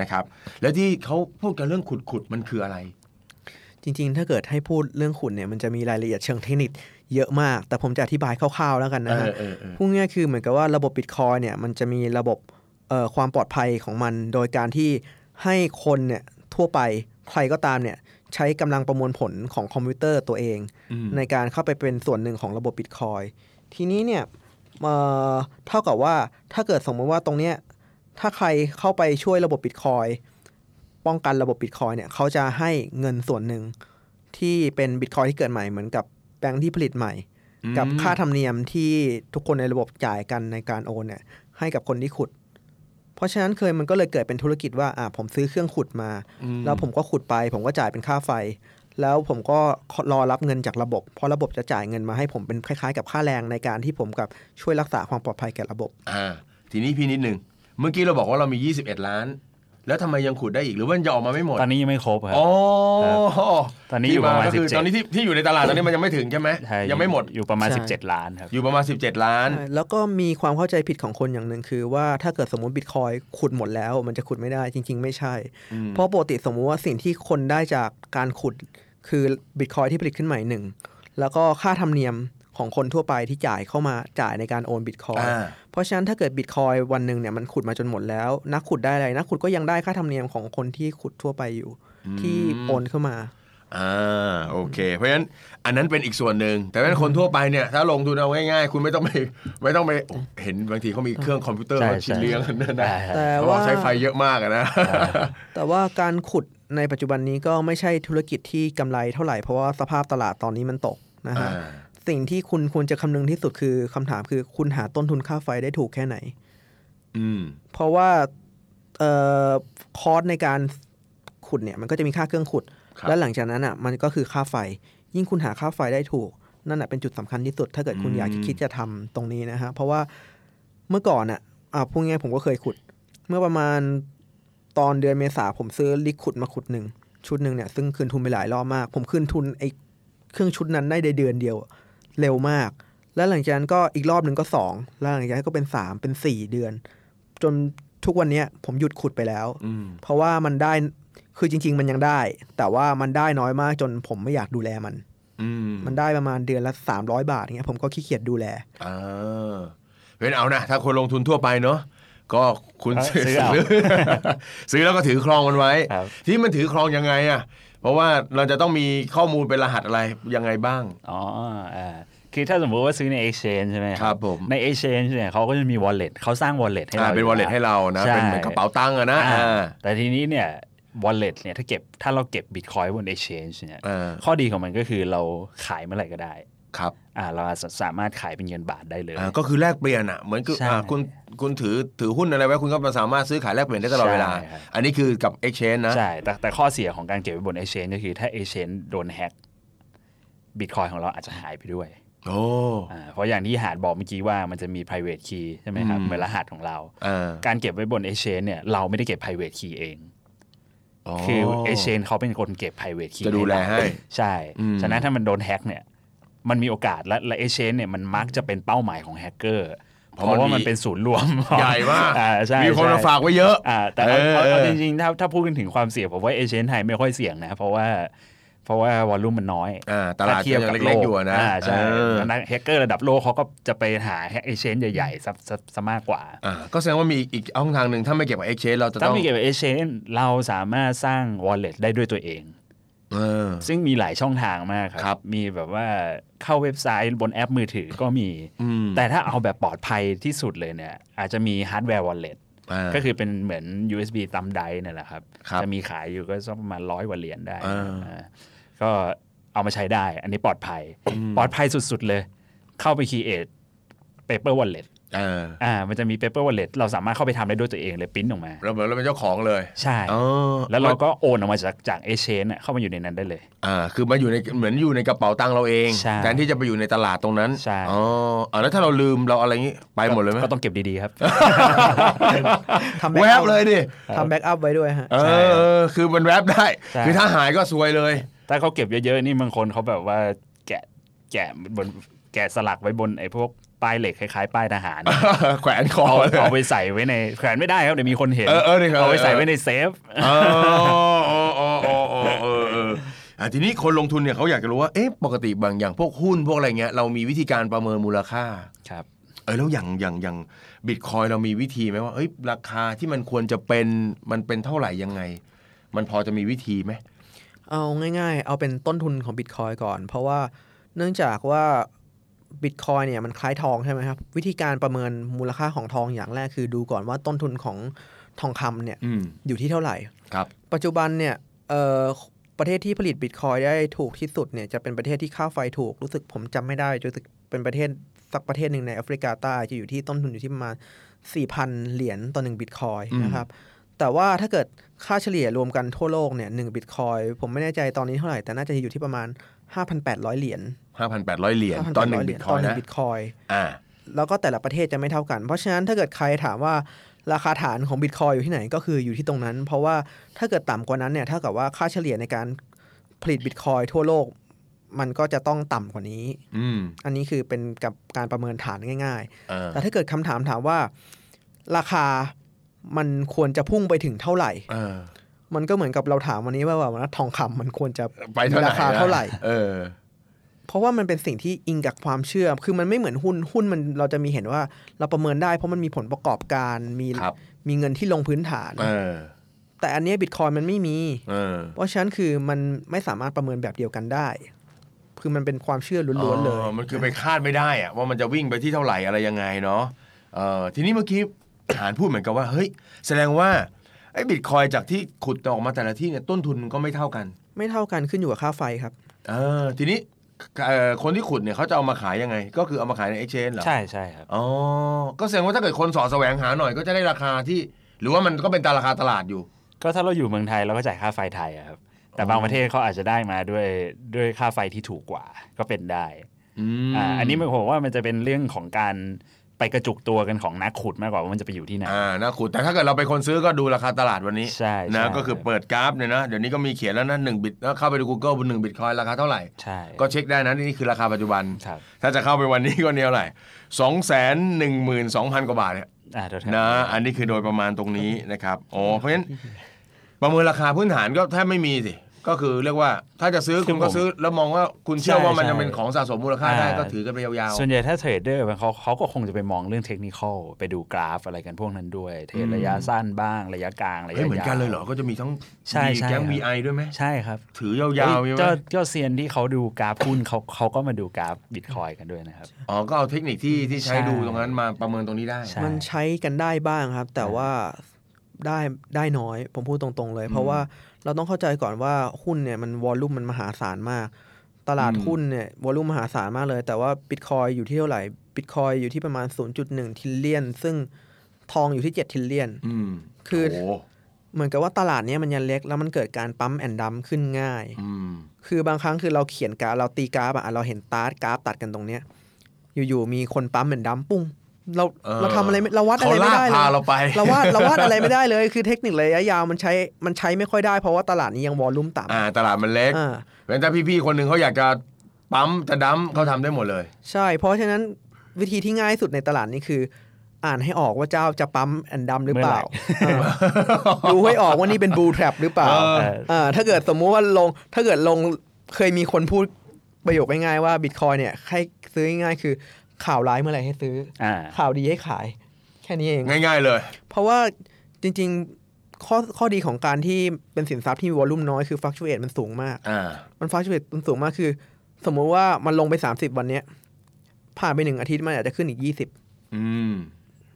นะครับ แล้วที่เขาพูดกันเรื่องขุดขุดๆมันคืออะไร จริง ๆ ถ้าเกิดให้พูดเรื่องขุนเนี่ยมันจะมีรายละเอียดเชิงเทคนิคเยอะมาก แต่ผมจะอธิบายคร่าวๆแล้วกันนะฮะ เออเออเออ พูดง่ายๆคือเหมือนกับว่าระบบบิตคอยเนี่ยมันจะมีระบบเอ่อความปลอดภัยของมัน โดยการที่ให้คนเนี่ยทั่วไปใครก็ตามเนี่ยใช้กำลังประมวลผลของคอมพิวเตอร์ตัวเอง ในการเข้าไปเป็นส่วนหนึ่งของระบบบิตคอยทีนี้เนี่ยเอ่อเท่ากับว่าถ้าเกิดสมมติว่าตรงเนี้ยถ้าใครเข้าไปช่วยระบบบิตคอย ป้องกันระบบบิตคอยเนี่ยเขาจะให้เงินส่วนหนึ่งที่เป็นบิตคอยที่เกิดใหม่เหมือนกับแบงค์ที่ผลิตใหม่ กับค่าธรรมเนียมที่ทุกคนในระบบจ่ายกันในการโอนเนี่ยให้กับคนที่ขุด เพราะฉะนั้นเคยมันก็เลยเกิดเป็นธุรกิจว่าอ่าผมซื้อเครื่องขุดมา แล้วผมก็ขุดไป ผมก็จ่ายเป็นค่าไฟ แล้วผมก็รอรับเงินจากระบบ เพราะระบบจะจ่ายเงินมาให้ผมเป็นคล้ายๆ กับค่าแรงในการที่ผมกับช่วยรักษาความปลอดภัยแก่ระบบ อ่าทีนี้พี่นิดหนึ่งเมื่อกี้เราบอกว่าเรามี 21 ล้าน แล้วทำไมยังขุดได้อีกหรือว่ามันจะออกมาไม่หมด ตอนนี้ยังไม่ครบครับ อ๋อ ตอนนี้อยู่ประมาณ ที่ก็คือ 17 ตอนนี้ที่ที่อยู่ในตลาดตอนนี้มันยังไม่ถึงใช่ไหม ใช่ ยังไม่หมด อยู่ประมาณ ใช่ 17 ล้านครับ อยู่ประมาณ 17 ล้าน ใช่แล้วก็มีความเข้าใจผิดของคนอย่างหนึ่งคือว่าถ้าเกิดสมมติบิตคอยขุดหมดแล้วมันจะขุดไม่ได้จริง ๆ ไม่ใช่ เพราะปกติสมมุติว่าสิ่งที่คนได้จากการขุดคือบิตคอยที่ผลิตขึ้นใหม่หนึ่งแล้วก็ค่าธรรมเนียมของคนทั่วไปที่จ่ายเข้ามาจ่ายในการโอนบิตคอย อ่า เพราะฉะนั้นถ้าเกิดบิตคอยวันหนึ่งเนี่ยมันขุดมาจนหมดแล้ว นักขุดได้อะไรนักขุดก็ยังได้ค่าธรรมเนียมของคนที่ขุดทั่วไปอยู่ ที่โอนเข้ามา อ่าโอเค เพราะฉะนั้นอันนั้นเป็นอีกส่วนหนึ่ง แต่ว่าคนทั่วไปเนี่ยถ้าลงทุนเอาง่ายๆ คุณไม่ต้องไปไม่ต้องไปโอ้เห็นบางทีเขามีเครื่องคอมพิวเตอร์ ใช่ มาชิ้นเลี้ยง ใช่ นั่นนะ ใช่ แต่ เขาบอ ว่า กใช้ไฟเยอะมากอะนะ แต่ว่าการขุดในปัจจุบันนี้ก็ไม่ใช่ธุรกิจที่กำไรเท่าไหร่ เพราะว่าสภาพตลาดตอนนี้มันตกนะฮะ อ่า สิ่งที่คุณควรจะคำนึงที่สุดคือคำถามคือคุณหาต้นทุนค่าไฟได้ถูกแค่ไหน อืม เพราะว่าเอ่อคอสในการขุดเนี่ยมันก็จะมีค่าเครื่องขุด และหลังจากนั้นอ่ะมันก็คือค่าไฟ ยิ่งคุณหาค่าไฟได้ถูก นั่นแหะเป็นจุดสำคัญที่สุด ถ้าเกิดคุณอยากจะคิดจะทำตรงนี้นะฮะเพราะว่าเมื่อก่อนอ่ะอ่าพูดง่ายๆผมก็เคยขุด เมื่อประมาณตอนเดือนเมษาผมซื้อลิกขุดมาขุดหนึ่งชุดหนึ่งเนี่ยซึ่งคืนทุนไปหลายรอบมาก ผมคืนทุนไอ้เครื่องชุดนั้นได้ในเดือนเดียวเร็วมาก แล้วหลังจากนั้นก็อีกรอบหนึ่งก็สองแล้วหลังจากนั้นก็เป็นสามเป็นสี่เดือน จนทุกวันเนี้ยผมหยุดขุดไปแล้ว อืม เพราะว่ามันได้คือจริง ๆ มันยังได้ แต่ว่ามันได้น้อยมากจนผมไม่อยากดูแลมัน อืม มันได้ประมาณเดือนละ 300 บาทเงี้ยผมก็ขี้เกียจดูแล อ่าเพราะฉะนั้นเอานะถ้าคนลงทุนทั่วไปเนาะก็คุณ เอา ซื้อ ซื้อเอา ซื้อ ซื้อแล้วก็ถือครองมันไว้ ครับ ที่มันถือครองยังไงอะเพราะว่าเราจะต้องมีข้อมูลเป็นรหัสอะไรยังไงบ้าง อ๋ออ่าคือถ้าสมมติว่าซื้อใน exchange ใช่ไหม ครับผม ใน exchange เนี่ยเขาก็จะมี wallet เขาสร้าง wallet ให้ อ่า เรา เป็น อยู่ วอลเล็ต แ ให้เรานะ ใช่ เป็นเหมือนกระเป๋าตังค์อะนะ อ่า อ่า แต่ทีนี้เนี่ย wallet เนี่ยถ้าเก็บถ้าเราเก็บ bitcoin บน exchange เนี่ย อ่า ข้อดีของมันก็คือเราขายเมื่อไหร่ก็ได้ ครับ อ่าเราสามารถขายเป็นเงินบาทได้เลย อ่าก็คือแลกเปลี่ยนอ่ะเหมือนคือ ใช่ อ่าคุณคุณถือถือหุ้นอะไรไว้คุณก็สามารถซื้อขายแลกเปลี่ยนได้ตลอดเวลา ใช่ครับ อันนี้คือกับ exchange นะ ใช่ แต่แต่ข้อเสียของการเก็บไว้บน exchange ก็คือถ้า exchange โดนแฮ็ก bitcoin ของเราอาจจะหายไปด้วย โอ้ อ่าเพราะอย่างที่หาดบอกเมื่อกี้ว่ามันจะมี private key ใช่ไหมครับเหมือนรหัสของเรา อ่า การเก็บไว้บน exchange เนี่ยเราไม่ได้เก็บ private key เอง คือ exchange เขาเป็นคนเก็บ private key จะดูแลให้ ใช่ ฉะนั้นถ้ามันโดนแฮ็กเนี่ยมันมีโอกาสและและ exchange เนี่ยมันมักจะเป็นเป้าหมายของแฮกเกอร์ เพ เพ ราะ ราะ มันมี ว่ามันเป็นศูนย์รวมของ ใหญ่มาก อ่ใช่ มีคนมา ใช่ ฝากไว้เยอะ อ่าแต่เอาเอา เอ เอา อ จริงๆถ้าถ้าพูดกันถึงความเสี่ยงผมว่าเอเชียนไทยไม่ค่อยเสี่ยงนะ เพราะว่าเพราะว่าวอลลุ่มมันน้อย อ่าตลาด ถ้เทียบกับ ยังเล็กๆอยู่นะ าใช่ เออ นักแฮกเกอร์ระดับโลกเขาก็จะไปหาเอเชียนใหญ่ๆซะซะซะมากกว่า อ่าก็แสดงว่ามีอีกช่องทางหนึ่งถ้าไม่เก็บกับ exchange เราจะ ถ้า ต้อง มีเกี่ยวกับเอเชียนเราสามารถสร้างวอลเล็ตได้ด้วยตัวเอง เออ ซึ่งมีหลายช่องทางมาก ค ค รั รับ มีแบบว่าเข้าเว็บไซต์บนแอปมือถือก็มี แต่ถ้าเอาแบบปลอดภัยที่สุดเลยเนี่ยอาจจะมีฮาร์ดแวร์วอลเล็ต อ่า ก็คือเป็นเหมือน USB ตัมไดร์เนี่ยแหละครับ ครับ จะมีขายอยู่ก็สักประมาณร้อยกว่าเหรียญได้ อ่า อ่าก็เอามาใช้ได้ อันนี้ปลอดภัย ปลอดภัยสุดๆเลย เข้าไป create paper wallet อ่า อ่ามันจะมี paper wallet เราสามารถเข้าไปทำได้ด้วยตัวเองเลยปิ้นออกมา เราเหมือนเราเป็นเจ้าของเลย ใช่ อ๋อ แล้วเราก็โอนออกมาจากจากเอเชนเข้ามาอยู่ในนั้นได้เลย อ่าคือมาอยู่ในเหมือนอยู่ในกระเป๋าตังค์เราเอง ใช่ แทนที่จะไปอยู่ในตลาดตรงนั้น ใช่ อ๋ออ่าแล้วถ้าเราลืมเราอะไรอย่างงี้ไปหมดเลยไหม ก็ต้องเก็บดีๆครับ ทำ แว แบ็ก บเลยดิ ทำแบ็กอัพไว้ด้วยฮะ เออเออคือมันแวบได้ ใช่ คือถ้าหายก็ซวยเลย ถ้าเขาเก็บเยอะๆ นี่บางคนเขาแบบว่าแกะแกะบนแกะสลักไว้บนไอ้พวกป้ายเหล็กคล้ายๆ ป้ายทหาร แขวนคอ เอา เลย เอาไปใส่ไว้ในแขวนไม่ได้ครับเดี๋ยวมีคนเห็น เออเออนี่ครับ เอาไปใส่ไว้ในเซฟ อ๋ออ๋ออ๋ออ๋ออ๋อเออเอออ่ะทีนี้คนลงทุนเนี่ยเขาอยากจะรู้ว่าเอ๊ะปกติบางอย่างพวกหุ้นพวกอะไรเงี้ยเรามีวิธีการประเมินมูลค่า ครับ เออแล้วอย่างอย่างอย่างบิตคอยเรามีวิธีไหมว่าเอ้ยราคาที่มันควรจะเป็นมันเป็นเท่าไหร่ยังไง มันพอจะมีวิธีไหม เอาง่ายๆ เอาเป็นต้นทุนของบิตคอยก่อน เพราะว่าเนื่องจากว่าบิตคอยเนี่ยมันคล้ายทองใช่ไหมครับ วิธีการประเมินมูลค่าของทองอย่างแรกคือดูก่อนว่าต้นทุนของทองคำเนี่ย อืม อยู่ที่เท่าไหร่ ครับ ปัจจุบันเนี่ยเอ่อประเทศที่ผลิตบิตคอยได้ถูกที่สุดเนี่ยจะเป็นประเทศที่ค่าไฟถูก รู้สึกผมจำไม่ได้รู้สึกเป็นประเทศสักประเทศหนึ่งในแอฟริกาใต้จะอยู่ที่ต้นทุนอยู่ที่ประมาณ 4,000 เหรียญต่อ1บิตคอย อืม นะครับ แต่ว่าถ้าเกิดค่าเฉลี่ยรวมกันทั่วโลกเนี่ยหนึ่งบิตคอยผมไม่แน่ใจตอนนี้เท่าไหร่ แต่น่าจะอยู่ที่ประมาณ 5,800 เหรียญ 5,800 เหรียญตอนหนึ่ง 5,800 บิตคอย เหรียญต่อหนึ่ นะ งบิตคอย อ่า แล้วก็แต่ละประเทศจะไม่เท่ากัน เพราะฉะนั้นถ้าเกิดใครถามว่าราคาฐานของบิตคอยอยู่ที่ไหนก็คืออยู่ที่ตรงนั้น เพราะว่าถ้าเกิดต่ำกว่านั้นเนี่ยเท่ากับว่าค่าเฉลี่ยในการผลิตบิตคอยทั่วโลก มันก็จะต้องต่ำกว่านี้ อืม อันนี้คือเป็นกับการประเมินฐานง่าย อ่า ๆ แต่ถ้าเกิดคำถามถามว่า ราคามันควรจะพุ่งไปถึงเท่าไหร่ อ่า มันก็เหมือนกับเราถามวันนี้ว่าว่าทองคำมันควรจะ ไปเท่าไหร่ ราคาเท่าไหร่ นะเออ เพราะว่ามันเป็นสิ่งที่อิงกับความเชื่อ คือมันไม่เหมือนหุ้น หุ้นมันเราจะมีเห็นว่าเราประเมินได้เพราะมันมีผลประกอบการ มี ครับ มีเงินที่ลงพื้นฐาน เออ แต่อันเนี้บิตคอย Bitcoin มันไม่มี เออ เพราะฉะนั้นคือมันไม่สามารถประเมินแบบเดียวกันได้ คือมันเป็นความเชื่อล้วนๆเลย อ๋อมันคือไปคาดไม่ได้อะว่ามันจะวิ่งไปที่เท่าไหร่อะไรยังไงเนาะเออทีนี้เมื่อกี้ หารพูดเหมือนกับว่าเฮ้ยแสดงว่าไอ้บิตคอยจากที่ขุดออกมาแต่ละที่เนี่ยต้นทุนมันก็ไม่เท่ากัน ไม่เท่ากันขึ้นอยู่กับค่าไฟครับ เออทีนี้เอ่อคนที่ขุดเนี่ยเขาจะเอามาขายยังไง ก็คือเอามาขายใน exchange เหรอ ใช่ใช่ครับ อ๋อก็แสดงว่าถ้าเกิดคนเสอแสวงหาหน่อยก็จะได้ราคาที่ หรือว่ามันก็เป็นตามราคาตลาดอยู่ ก็ถ้าเราอยู่เมืองไทยเราก็จ่ายค่าไฟไทยอะครับ แต่บางประเทศเขาอาจจะได้มาด้วยด้วยค่าไฟที่ถูกกว่าก็เป็นได้ อืม อ่าอันนี้มันผมว่ามันจะเป็นเรื่องของการไปกระจุกตัวกันของนักขุดมากกว่าว่ามันจะไปอยู่ที่ไหน อ่าน่าขุดแต่ถ้าเกิดเราเป็นคนซื้อก็ดูราคาตลาดวันนี้ ใช่ใช่ นะก็คือเปิดกราฟเนี่ยนะเดี๋ยวนี้ก็มีเขียนแล้วนะหนึ่งบิตเข้าไปดู Google บนหนึ่งบิตคอยราคาเท่าไหร่ ใช่ ก็เช็คได้นะนี่คือราคาปัจจุบัน ครับ ถ้าจะเข้าไปวันนี้ก็เนี่ยเท่าไหร่สองแสนหนึ่งหมื่นสองพันกว่าบาทเนี่ย อ่าเดี๋ยว นะอันนี้คือโดยประมาณตรงนี้นะครับอ๋อเพราะฉะนั้นประเมินราคาพื้นฐานก็แทบไม่มีสิก็คือเรียกว่าถ้าจะซื้อคุณก็ซื้อแล้วมองว่าคุณเชื่อว่ามันจะเป็นของสะสมมูลค่าได้ก็ถือกันไปยาว ส่วนใหญ่ถ้าเทรดเดอร์เขาเขาก็คงจะไปมองเรื่องเทคนิคอลไปดูกราฟอะไรกันพวกนั้นด้วย เทรด อืม ระยะสั้นบ้างระยะกลาง ๆ ระยะ เฮ้ย ยาว เหมือนกันเลยเหรอก็จะมีทั้ง ใช่ มี ใช่ แก๊ง ครับ VI ด้วยไหม ใช่ครับ ถือยาวๆมีไหม เจ้เจ้าเซียนที่เขาดูกราฟหุ้นเขาเขาก็มาดูกราฟบิตคอยกันด้วยนะครับ อ๋อก็เอาเทคนิคที่ที่ใช้ ใช่ ดูตรงนั้นมาประเมินตรงนี้ได้ ใช่ มันใช้กันได้บ้างครับ แต่ว่าได้ได้น้อย ผมพูดตรงๆเลย เพราะว่าเราต้องเข้าใจก่อนว่าหุ้นเนี่ยมันวอลลุ่มมันมหาศาลมาก ตลาดหุ้นเนี่ยวอลลุ่มมหาศาลมากเลย แต่ว่าบิตคอยอยู่ที่เท่าไหร่บิตคอยอยู่ที่ประมาณ 0.1 ทิลเลียน ซึ่งทองอยู่ที่ 7 ทิลเลียน อืม คือ โอ้ เหมือนกับว่าตลาดเนี้ยมันยังเล็กแล้วมันเกิดการปั๊มแอนดัมขึ้นง่าย อืม คือบางครั้งคือเราเขียนกราฟเราตีกราฟอะอ่ะเราเห็นตาร์ทกราฟตัดกันตรงเนี้ยอยู่ๆมีคนปั๊มแอนดัมปุ้งเรา ออ เราทำอะไรไม่เราวัดอะไรไม่ได้ เขาลาก เลย พาเราไป เราวาดเราวาดอะไรไม่ได้เลย คือเทคนิคระยะยาวมันใช้มันใช้ไม่ค่อยได้เพราะว่าตลาดนี้ยังวอลลุ่มต่ำ อ่าตลาดมันเล็ก อ่า เพราะฉะนั้นถ้าพี่ๆคนหนึ่งเขาอยากจะปั๊มจะดั้มเขาทำได้หมดเลย ใช่ เพราะฉะนั้นวิธีที่ง่ายสุดในตลาดนี้คือ อ่านให้ออกว่าเจ้าจะปั๊มแอนดัมหรือเปล่าเออดูให้ออกว่านี่เป็นบูแทรปหรือเปล่า เออ อ่าถ้าเกิดสมมุติว่าลงถ้าเกิดลงเคยมีคนพูดประโยคง่ายๆว่าบิตคอยเนี่ยให้ซื้อง่ายๆคือข่าวร้ายเมื่อไหร่ให้ซื้อ อ่า ข่าวดีให้ขาย แค่นี้เอง ง่าย ๆเลย เพราะว่าจริงๆ ข้อข้อดีของการที่เป็นสินทรัพย์ที่มีวอลลุ่มน้อยคือ fluctuate มันสูงมาก อ่า มัน fluctuate มันสูงมากคือ สมมุติว่ามันลงไป 30 วันเนี้ย ผ่านไปหนึ่งอาทิตย์มันอาจจะขึ้นอีก 20 อืม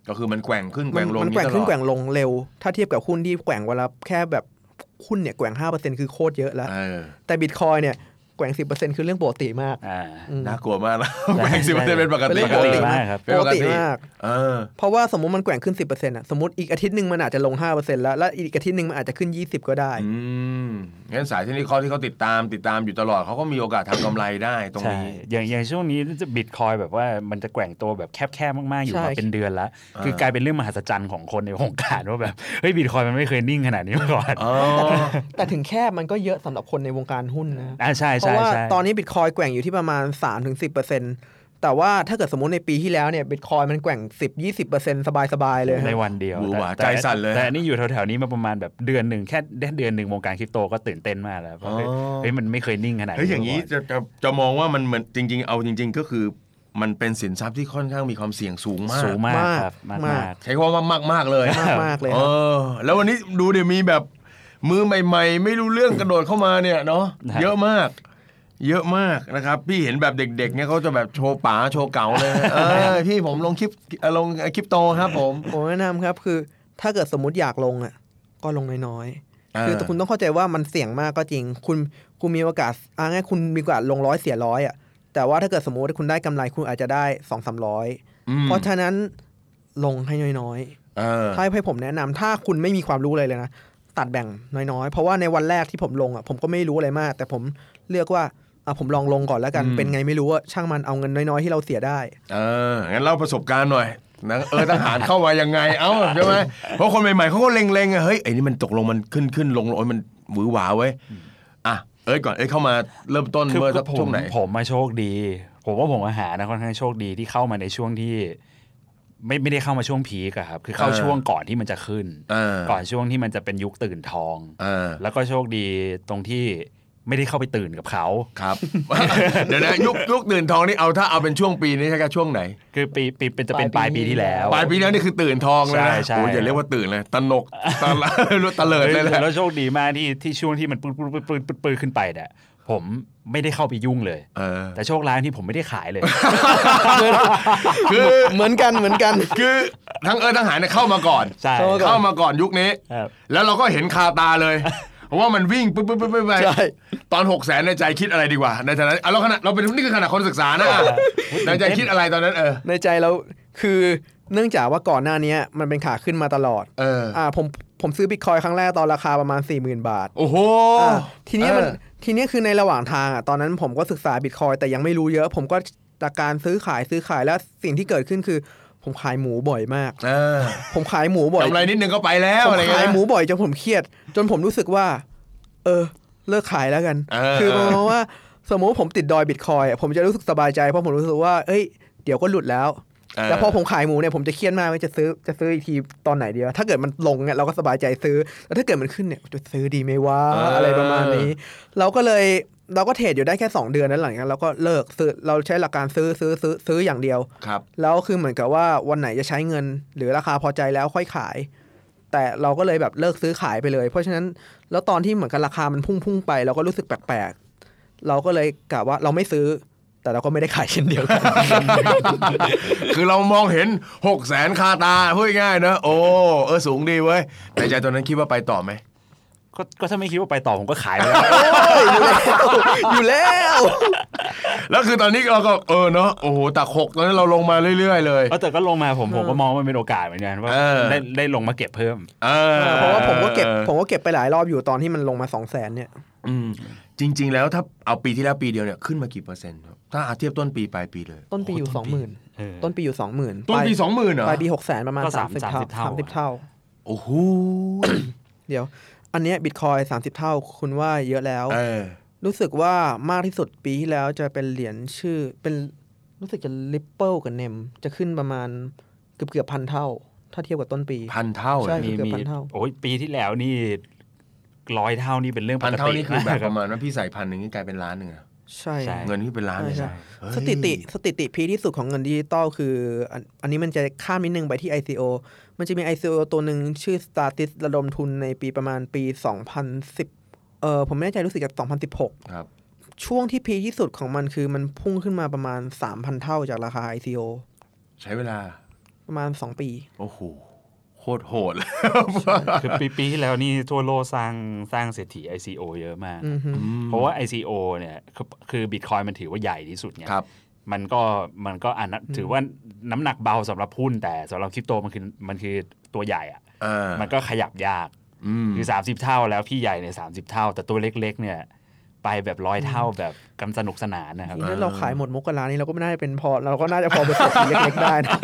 ก็คือมันแกว่งขึ้นแก มั ว่งลงอมัยู่ แกว่ตงลอด ขึ้นแกว่งลงเร็ว ถ้าเทียบกับหุ้นที่แกว่งวันละแค่แบบหุ้นเนี่ยแกว่ง 5%คือโคตรเยอะแล้ว เออ แต่บิตคอยเนี่ย แกว่งสิบเปอร์เซ็นคือเรื่องปกติมาก อ่า อืม น่ากลัวมากนะ ใช่แบงค์สิบเปอร์เซ็นต์เป็นปก เป็น ติ เรื่องปกมามติาก ก ครับ ปกติมาก เออ เพราะว่าสมมติมันแกว่งขึ้น 10%อ่ะสมมติอีกอาทิตย์หนึ่งมันอาจจะลง 5%แล้ว และอีกอาทิตย์หนึ่งมันอาจจะขึ้น 20 ก็ได้ อืมงั้นสายเทคนิคอลที่เขาติดตามติดตามอยู่ตลอดเขาก็มีโอกาสทำกำไรได้ตรง ใช่ นี้ อย่างอย่างช่วงนี้จะบิตคอยแบบว่ามันจะแกว่งตัวแบบแคบๆมากๆอยู่ ใช่ มาเป็นเดือนละ อ่า คือกลายเป็นเรื่องมหัศจรรย์ของคนในวงการ ว่าแบบเฮ้ยบิตคอยมันไม่เคยนิ่งขนาดนี้มาก่อน อ๋อ แต่ถึงแคบมันก็เยอะสำหรับคนในวงการหุ้นนะ อ่าใช่ เพ ใช่ ราะว่า ใช่ ตอนนี้บิตคอยแกว่งอยู่ที่ประมาณ 3-10%แต่ว่าถ้าเกิดสมมติในปีที่แล้วเนี่ยบิตคอยมันแกว่ง 10-20%สบายๆเลย ใน ฮะ วันเดียว หวือหวา แต่แต่ ใจสั่นเลย แต่อันนี่อยู่แถวๆนี้มาประมาณแบบเดือนหนึ่งแค่ได้เดือนหนึ่งวงการคริปโตก็ตื่นเต้นมากแล้วเพราะเฮ้ย อ๋อ เฮ้ยมันไม่เคยนิ่งขนาดนี้ เฮ้ยอย่างนี้ มาก่ จะจะจะมองว่ามันเหมือนจริง ๆ เอาจริง ๆ ก็คือ มันเป็นสินทรัพย์ที่ค่อนข้างมีความเสี่ยงสูง อน มาก สูงมาก มาก ครับมาก มาก มาก ใช้คำว่ามากมากๆเลย มากๆเลย เอ ฮะ อ แล้ววันนี้ดูเดี๋ยวมีแบบมือใหม่ ๆ ไม่รู้เรื่องกระโดดเข้ามาเนี่ยเนาะ นะครับ เยอะมาก เยอะมากนะครับ พี่เห็นแบบเด็ก ๆ เนี่ยเขาจะแบบโชว์ป๋าโชว์เก๋าเลยเออพี่ผมลงคลิปเอ่อลงคลิปโตครับผม ผมแนะนำครับคือถ้าเกิดสมมติอยากลงอ่ะก็ลงน้อย อ่า ๆ คือแต่คุณต้องเข้าใจว่ามันเสี่ยงมากก็จริง คุณคุณมีโอกาสอ่าง่ายคุณมีโอกาสลงร้อยเสียร้อยอ่ะแต่ว่าถ้าเกิดสมมติว่าคุณได้กำไรคุณอาจจะได้สองสามร้อย อืม เพราะฉะนั้นลงให้น้อย เออ ๆ ถ้าให้ผมแนะนำถ้าคุณไม่มีความรู้เลยเลยนะ ตัดแบ่งน้อยๆ เพราะว่าในวันแรกที่ผมลงอ่ะผมก็ไม่รู้อะไรมาก แต่ผมเลือกว่าอ่ะผมลองลงก่อนแล้วกัน อืม เป็นไงไม่รู้ว่าช่างมันเอาเงินน้อยๆที่เราเสียได้ เออ งั้นเล่าประสบการณ์หน่อยนะเออทหารเข้ามายังไง เอ้าใช่ไหมเพราะคนใหม่ๆเขาก็เล็งๆอะเฮ้ยไอ้นี่มันตกลงมันขึ้นขึ้นลงลงโอ้ยมันหวือหวาเว้ย อ่ะ เอ้ยก่อน เอ้ยเข้ามาเริ่มต้น คือ เมื่อสัก ผม ช่วงไหน ผมมาโชคดี ผมว่าผมมาหานะค่อนข้างโชคดีที่เข้ามาในช่วงที่ ไม่ไม่ได้เข้ามาช่วงพีกอะครับ คือเข้า เออ ช่วงก่อนที่มันจะขึ้น เออ ก่อนช่วงที่มันจะเป็นยุคตื่นทอง เออ แล้วก็โชคดีตรงที่ไม่ได้เข้าไปตื่นกับเขา ครับ เดี๋ยวนะยุคยุคตื่นทองนี่เอาถ้าเอาเป็นช่วงปีนี้ใช่ไหมช่วงไหน คือปีปีเป็นจะเป็นปลายปีที่แล้ว ปลายปีแล้วนี่คือตื่นทองเลยนะ ใช่ใช่ โอ้ยอย่าเรียกว่าตื่นเลยตนกตะละ ตะเลิดเลยแหละ แล้วโชคดีมากที่ที่ช่วงที่มันปื้ดปื้ดปื้ดปื้ดปื้ดปื้ดขึ้นไปเนี่ยผมไม่ได้เข้าไปยุ่งเลย เออ แต่โชคร้ายที่ผมไม่ได้ขายเลย คือ เหมือนกันเหมือนกัน คือทั้งเอิร์ททั้งหารเนี่ยเข้ามาก่อน ใช่ เข้ามาก่อน เข้ามาก่อนยุคนี้ ครับ แล้วเราก็เห็นคาตาเลยว่ามันวิ่งปุ๊บปุ๊บปุ๊บปุ๊บไป ใช่ ตอนหกแสนในใจคิดอะไรดีกว่า ในฐานะเอาแล้วขณะเราเป็นนี่คือขณะคนศึกษานะอ่ะในใจคิดอะไรตอนนั้นเออ ในใจเราคือเนื่องจากว่าก่อนหน้าเนี้ยมันเป็นขาขึ้นมาตลอด เออ อ่าผมผมซื้อบิตคอยครั้งแรกตอนราคาประมาณ 4 0,000 บาท โอ้โห อ่าทีเนี้ยมัน เออ ทีเนี้ยคือในระหว่างทางอ่ะตอนนั้นผมก็ศึกษาบิตคอยแต่ยังไม่รู้เยอะ ผมก็จากการซื้อขายซื้อขายแล้วสิ่งที่เกิดขึ้นคือ ผมขายหมูบ่อยมาก เออ ผมขายหมูบ่อย กำไรนิดนึงก็ไปแล้ว ผม อะไรเงี้ ขาย ย หมูบ่อยจนผมเครียด จนผมรู้สึกว่า เออ เลิกขายแล้วกัน เออ คือประมาณว่าสมมติว่าผมติดดอยบิตคอยผมจะรู้สึกสบายใจเพราะผมรู้สึกว่าเอ้ยเดี๋ยวก็หลุดแล้ว เ แล้วพอผมขายหมูเนี่ยผมจะเครียดมากว่าจะซื้อจะซื้ออีกทีตอนไหนดีวะถ้าเกิดมันลงเนี่ยเราก็สบายใจซื้อแล้วถ้าเกิดมันขึ้นเนี่ยจะซื้อดีไหมวะ เอออ อะไรประมาณนี้ เราก็เลยเราก็เทรดอยู่ได้แค่ 2 เดือนนั้นหลังจากนั้นเราก็เลิกซื้อเราใช้หลักการซื้อซื้อซื้อซื้ออย่างเดียว ครับ แล้วคือเหมือนกับว่าวันไหนจะใช้เงิน หรือราคาพอใจแล้วค่อยขาย แต่เราก็เลยแบบเลิกซื้อขายไปเลย เพราะฉะนั้นแล้วตอนที่เหมือนกับราคามันพุ่งพุ่งๆไป เราก็รู้สึกแปลกๆเราก็เลยกะว่าเราไม่ซื้อ แต่เราก็ไม่ได้ขายเช่นเดียวกัน คือเรามองเห็นหกแสนคาตาพูดง่ายๆนะโอ้เออสูงดีเว้ยในใจตอนนั้นคิดว่าไปต่อไหม ก็ก็ถ้าไม่คิดว่าไปต่อผมก็ขายไป แล้ว อยู่แล้ว แล้วคือตอนนี้เราก็เออเนาะโอ้โหตักหกตอนนั้นเราลงมาเรื่อย ๆ เลย เออแต่ก็ลงมาผมผมก็มองว่ามันเป็นโอกาสเหมือนกันว่า เออ ได้ได้ลงมาเก็บเพิ่ม เออ เพราะว่าผมก็เก็บผมก็เก็บไปหลายรอบอยู่ตอนที่มันลงมาสองแสนเนี่ย อืมจริง ๆ แล้วถ้าเอาปีที่แล้วปีเดียวเนี่ยขึ้นมากี่เปอร์เซ็นต์ครับถ้าเทียบต้นปีปลายปีเลย ต้นปีอยู่สองหมื่น เออ ต้นปีอยู่สองหมื่น ต้นปีสองหมื่นเหรอ ปลายปีหกแสนประมาณ ก็ สามสิบ 30 เท่า เท่า สามสิบเท่า โอ้โห เดี๋ยว อันเนี้ยบิตคอยสามสิบเท่าคุณว่าเยอะแล้ว เออ รู้สึกว่ามากที่สุดปีที่แล้วจะเป็นเหรียญชื่อเป็นรู้สึกจะลิปเปิลกับเนม จะขึ้นประมาณเกือบเกือบพันเท่า ถ้าเทียบกับต้นปี พันเท่าเหรอ ใช่ มี เกือบ มี พันเท่า โอ้ยปีที่แล้วนี่ร้อยเท่านี่เป็นเรื่องป พัน ก เท่า ติ นี่คือแบ มา บ กค ป รับ ระมาณว่าพี่ใส่พันหนึ่งนี่กลายเป็นล้านหนึ่งอะ ใช่ ใช่ เงินที่เป็นล้านเลย ใช่ นะเฮ้ย สถิติสถิติพีคที่สุดของเงินดิจิตอลคืออันอันนี้มันจะข้ามนิดนึงไปที่ ICO มันจะมี ICO ตัวหนึ่งชื่อ Statis ระดมทุนในปีประมาณปี 2010 เออผมไม่แน่ใจรู้สึกจะ2016 ครับ ช่วงที่พีคที่สุดของมันคือมันพุ่งขึ้นมาประมาณ 3,000 เท่าจากราคา ICO ใช้เวลา ประมาณ 2 ปี โอ้โหโค โคตรโหดเลย คือปีปีที่แล้วนี่ทั่วโลกสร้างสร้างเศรษฐี ICO เยอะมาก อือฮึ เพราะว่า ICO เนี่ยคือคือบิตคอยมันถือว่าใหญ่ที่สุดไง ครับ มันก็มันก็อ่านบถือว่าน้ำหนักเบาสำหรับหุ้นแต่สำหรับคริปโตมันคือมันคือตัวใหญ่อะ เออ มันก็ขยับยาก อืม คือ 30 เท่าแล้วพี่ใหญ่เนี่ยสาเท่า แต่ตัวเล็กๆเนี่ยไปแบบร้อยเท่าแบบกำสนุกสนานนะครับ นี่ถ้าเราขายหมดมกรานี้เราก็ไม่น่าจะเป็นพอเราก็น่าจะพอเป็นเศรษฐีเล็กๆได้ นะ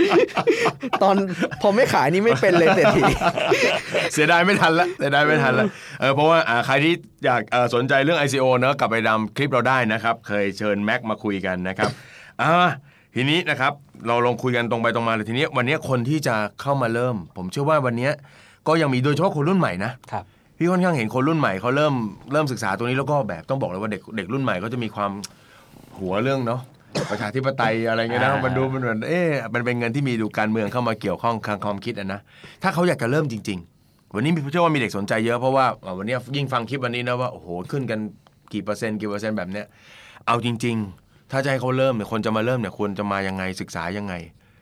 ตอนพอไม่ขายนี่ไม่เป็นเลยเศรษฐี เสียดายไม่ทันละเสียดายไม่ทันละเออเพราะว่าอ่าใครที่อยากเอ่อสนใจเรื่อง ICO เนอะกลับไปดำคลิปเราได้นะครับ เคยเชิญแม็กมาคุยกันนะครับอ่าทีนี้นะครับเราลองคุยกันตรงไปตรงมาเลยทีนี้ วันนี้คนที่จะเข้ามาเริ่ม ผมเชื่อว่าวันนี้ก็ยังมีโดยเฉพาะคนรุ่นใหม่นะครับ พี่ค่อนข้างเห็นคนรุ่นใหม่เขาเริ่มเริ่มศึกษาตัวนี้แล้วก็แบบต้องบอกเลยว่าเด็กเด็กรุ่นใหม่ก็จะมีความหัวเรื่องเนาะประชาธิปไตยอะไรเงี้ยนะมันดูมันเหมือนเอ๊ะมันเป็นเงินที่มีดูการเมืองเข้ามาเกี่ยวข้องทางความคิดอะนะ ถ้าเขาอยากจะเริ่มจริง ๆ วันนี้มีเชื่อว่ามีเด็กสนใจเยอะเพราะว่าเอ่อวันนี้ยิ่งฟังคลิปวันนี้นะว่าโอ้โหขึ้นกันกี่เปอร์เซ็นต์กี่เปอร์เซ็นต์แบบเนี้ยเอาจริง ๆ ถ้าจะให้เขาเริ่มเนี่ยคนจะมาเริ่มเนี่ยควรจะมายังไงศึกษายังไง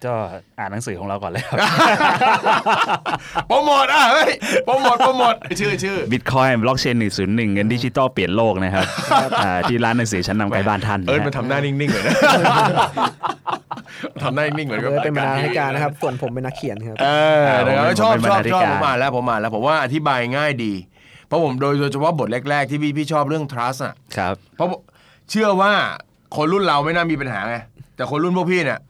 ก็อ่านหนังสือของเราก่อนเลยครับ โปรโมทอ่ะเฮ้ยโปรโมทโปรโมท ชื่อชื่อ บิตคอยบล็อกเชน101 เงินดิจิตอลเปลี่ยนโลกนะครับอ่าที่ร้านหนังสือชั้นนำไกลบ้านท่าน เอิร์น นะ มัน ฮะ ทำหน้านิ่งๆเหมือนนะ ทำหน้านิ่งๆเหมือนกับ เลยเป็นบรรณาธิการนะครับ ส่วนผมเป็นนักเขียนครับ เออนะครับชอบ ผมเป็ ชอบนรรณาธิ ชอบ การ ผมอ่านแล้วผมอ่านแล้วผมว่าอธิบายง่ายดี เพราะผมโดยโดยเฉพาะบทแรกๆที่พี่พี่ชอบเรื่อง trust อ่ะ ครับ เพราะเชื่อว่าคนรุ่นเราไม่น่ามีปัญหาไงแต่คนรุ่นพวกพี่เนี่ย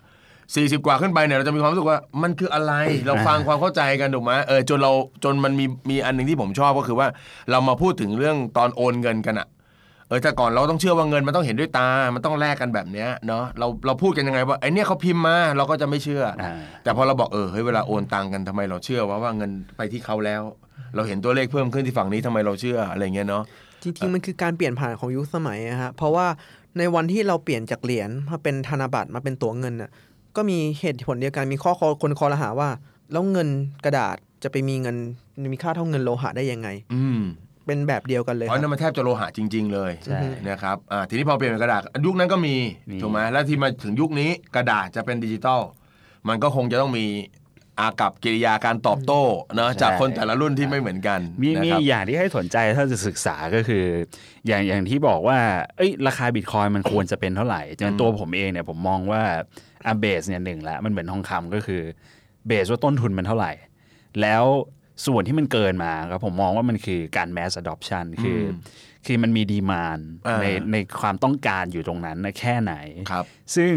สี่สิบกว่าขึ้นไปเนี่ยเราจะมีความรู้สึกว่ามันคืออะไร เราฟังความเข้าใจกันถูกไหมเออจนเราจนมันมีมีอันหนึ่งที่ผมชอบก็คือว่าเรามาพูดถึงเรื่องตอนโอนเงินกันอะเออแต่ก่อนเราต้องเชื่อว่าเงินมันต้องเห็นด้วยตา มันต้องแลกกันแบบเนี้ยเนาะเราเราพูดกันยังไงว่าไอเนี่ยเขาพิมพ์มาเราก็จะไม่เชื่ออ อ่า แต่พอเราบอกเออเฮ้ยเวลาโอนตังกันทำไมเราเชื่อว่าว่าเงินไปที่เขาแล้ว เราเห็นตัวเลขเพิ่มขึ้นที่ฝั่งนี้ทำไมเราเชื่ออะไรเงี้ยเนาะ จริงๆ มันคือการเปลี่ยนผ่านของยุคสมัยนะฮะ เพราะว่าในวันที่เราเปลี่ยนจากเหรียญมาเป็นธนบัตรมาเป็นตั๋วเงินน่ะ ก็มีเหตุผลเดียวกัน มีข้อคอคนคอรหาว่า แล้วเงินกระดาษจะไปมีเงินมีค่าเท่าเงินโลหะได้ยังไง อืม เป็นแบบเดียวกันเลย เพ ค ราะ รับ นั่นมันแทบจะโลหะจริง ๆ เลย ใช่ นะครับอ่าทีนี้พอเปลี่ยนเป็นกระดาษยุคนั้นก็มี มี ถูกไหมแล้วที่มาถึงยุคนี้กระดาษจะเป็นดิจิตอลมันก็คงจะต้องมีอากับกิริยาการตอบโต้เนอะ ใช่ จากคนแต่ละรุ่นที่ไม่เหมือนกัน มี นะ มี ครับ อย่างที่ให้สนใจถ้าจะศึกษาก็คือ อย่างอย่างที่บอกว่าเอ้ยราคาบิตคอยมันควรจะเป็นเท่าไหร่อย่างตัวผมเองเนี่ยผมมองว่าอ่ะเบสเนี่ยหนึ่งละมันเหมือนทองคำก็คือเบสว่าต้นทุนมันเท่าไหร่ แล้วส่วนที่มันเกินมาครับผมมองว่ามันคือการ mass adoption คืออคือมันมีดีมาน อ่า ในในความต้องการอยู่ตรงนั้นนะแค่ไหน ครับ ซึ่ง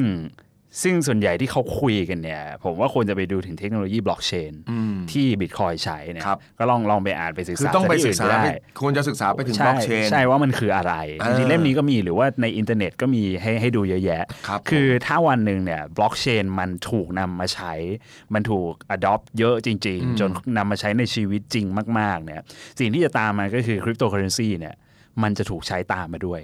ซึ่งส่วนใหญ่ที่เขาคุยกันเนี่ย ผมว่าควรจะไปดูถึงเทคโนโลยีบล็อกเชน อืม ที่บิตคอยใช้เนี่ย ครับ ก็ลองลองไปอ่านไปศึก คือ ษา ต้องไป จ ศึ ที่ กษา อื่น ไป ได้ ควรจะศึกษาไปถึงบ ใช่ ล็อกเชน ใช่ว่ามันคืออะไร เออ จริงๆเล่มนี้ก็มีหรือว่าในอินเทอร์เน็ตก็มีให้ให้ดูเยอะแยะ ครับ คือถ้าวันหนึ่งเนี่ยบล็อกเชนมันถูกนำมาใช้ มันถูก adopt เยอะจริง ๆ จนนำมาใช้ในชีวิตจริงมาก ๆ เนี่ย สิ่งที่จะตามมาก็คือคริปโตเคอเรนซีเนี่ยมันจะถูกใช้ตามมาด้วย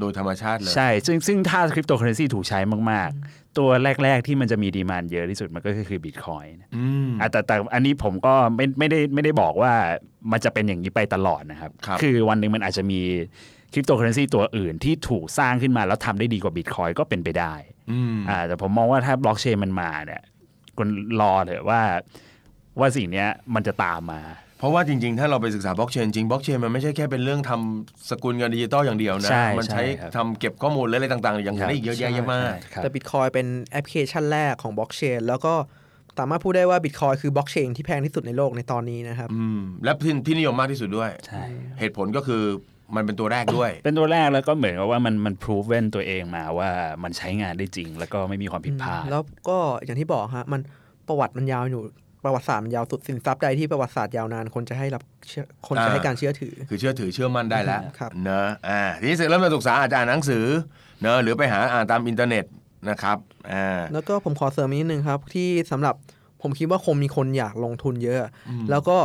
โดยธรรมชาติเลย ใช่ ซึ่งซึ่งถ้าคริปโตเคอเรนซีถูกใช้มาก ๆ ตัวแรก ๆ ที่มันจะมีดีมานเยอะที่สุดมันก็คือบิตคอยน์นะ อืม อ่ะแต่แต่อันนี้ผมก็ไม่ไม่ได้ไม่ได้บอกว่ามันจะเป็นอย่างนี้ไปตลอดนะครับ ครับ อวันหนึ่งมันอาจจะมีคริปโตเคอเรนซีตัวอื่นที่ถูกสร้างขึ้นมาแล้วทำได้ดีกว่าบิตคอยน์ก็เป็นไปได้ อืม อ่าแต่ผมมองว่าถ้าบล็อกเชนมันมาเนี่ยคนรอเถอะว่าว่าสิ่งเนี้ยมันจะตามมา เพราะว่าจริง ๆ ถ้าเราไปศึกษาบล็อกเชนจริงบล็อกเชนมันไม่ใช่แค่เป็นเรื่องทำสกุลเงินดิจิตอลอย่างเดียวนะ ใช่ มัใช้ ใช่ครับ ทำเก็บข้อมูลและอะไรต่างๆ อย่างนี้นอีกเยอะแยะเยอะมาก ครับ แต่บิตคอยเป็นแอปพลิเคชันแรกของบล็อกเชนแล้วก็สามารถพูดได้ว่าบิตคอยคือบล็อกเชนที่แพงที่สุดในโลกในตอนนี้นะครับ อืมและที่ที่นิยมมากที่สุดด้วย เหตุผลก็คือมันเป็นตัวแรกด้วย เป็นตัวแรกแล้วก็เหมือนกับว่ามันมันพรูฟเว้นตัวเองมาว่ามันใช้งานได้จริง แล้วก็ไม่มีความผิดพลาด แล้วก็อย่างที่บอกฮะมันประวัติมันยาวอยู่ประวัติศาสตร์มันยาวสุดสินทรัพย์ใดที่ประวัติศาสตร์ยาวนานคนจะให้รับเชื่อคนจะ อ่า ให้การเชื่อถือ คือเชื่อถือเชื่อมั่นได้แล้ว ครับ เนอะอ่าทีนี้เริ่มการศึกษาอาจจะอ่านหนังสือเนอะหรือไปหาอ่านตามอินเทอร์เน็ตนะครับอ่า แล้วก็ผมขอเสริมอีกนิดนึงครับ ที่สำหรับผมคิดว่าคงมีคนอยากลงทุนเยอะ แล้วก็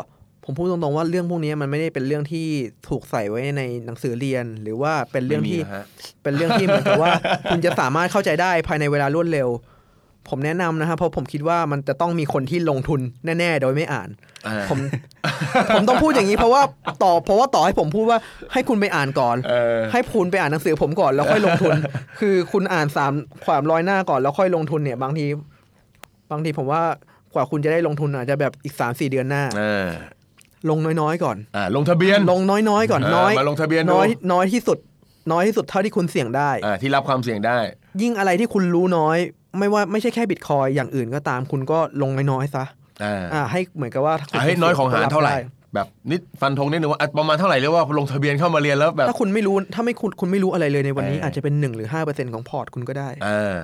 ผมพูดตรงๆว่าเรื่องพวกนี้มันไม่ได้เป็นเรื่องที่ถูกใส่ไว้ในหนังสือเรียน หรือว่าเป็นเรื่องที่ ไม่มีนะฮะ เป็นเรื่องที่เหมือนกับว่า คุณจะสามารถเข้าใจได้ภายในเวลารวดเร็ว ผมแนะนำนะครับเพราะผมคิดว่ามันจะต้องมีคนที่ลงทุนแน่ ๆ โดยไม่อ่าน อ่า ผม ผมต้องพูดอย่างนี้เพราะว่าต่อเพราะว่าต่อให้ผมพูดว่าให้คุณไปอ่านก่อน เออ ให้คุณไปอ่านหนังสือผมก่อนแล้วค่อยลงทุ น คือคุณอ่านสามความร้อยหน้าก่อนแล้วค่อยลงทุนเนี่ย บางที บางทีผมว่า กว่าคุณจะได้ลงทุนอาจจะแบบอีก 3-4 เดือนหน้า เออ ลงน้อยๆก่อน อ่าลงทะเบียน ลงน้อยๆก่อน เออ น้อย มาลงทะเบียนดู น้อยน้อยที่สุด น้อยที่สุดเท่าที่คุณเสี่ยงได้ อ่าที่รับความเสี่ยงได้ ยิ่งอะไรที่คุณรู้น้อย ไม่ว่าไม่ใช่แค่บิตคอยอย่างอื่นก็ตามคุณก็ลงน้อยๆซะ อ่า อ่าให้เหมือนกับว่าถ้าคุณ อ่าให้น้อยของหารเท่าไหร่ แบบนิดฟันธงนิดนึงว่าอ่ะประมาณเท่าไหร่เรียกว่าลงทะเบียนเข้ามาเรียนแล้วแบบ ถ้าคุณไม่รู้ถ้าไม่คุณคุณไม่รู้อะไรเลยในวันนี้ เอออ อาจจะเป็น1หรือ5%ของพอร์ตคุณก็ได้ อ่า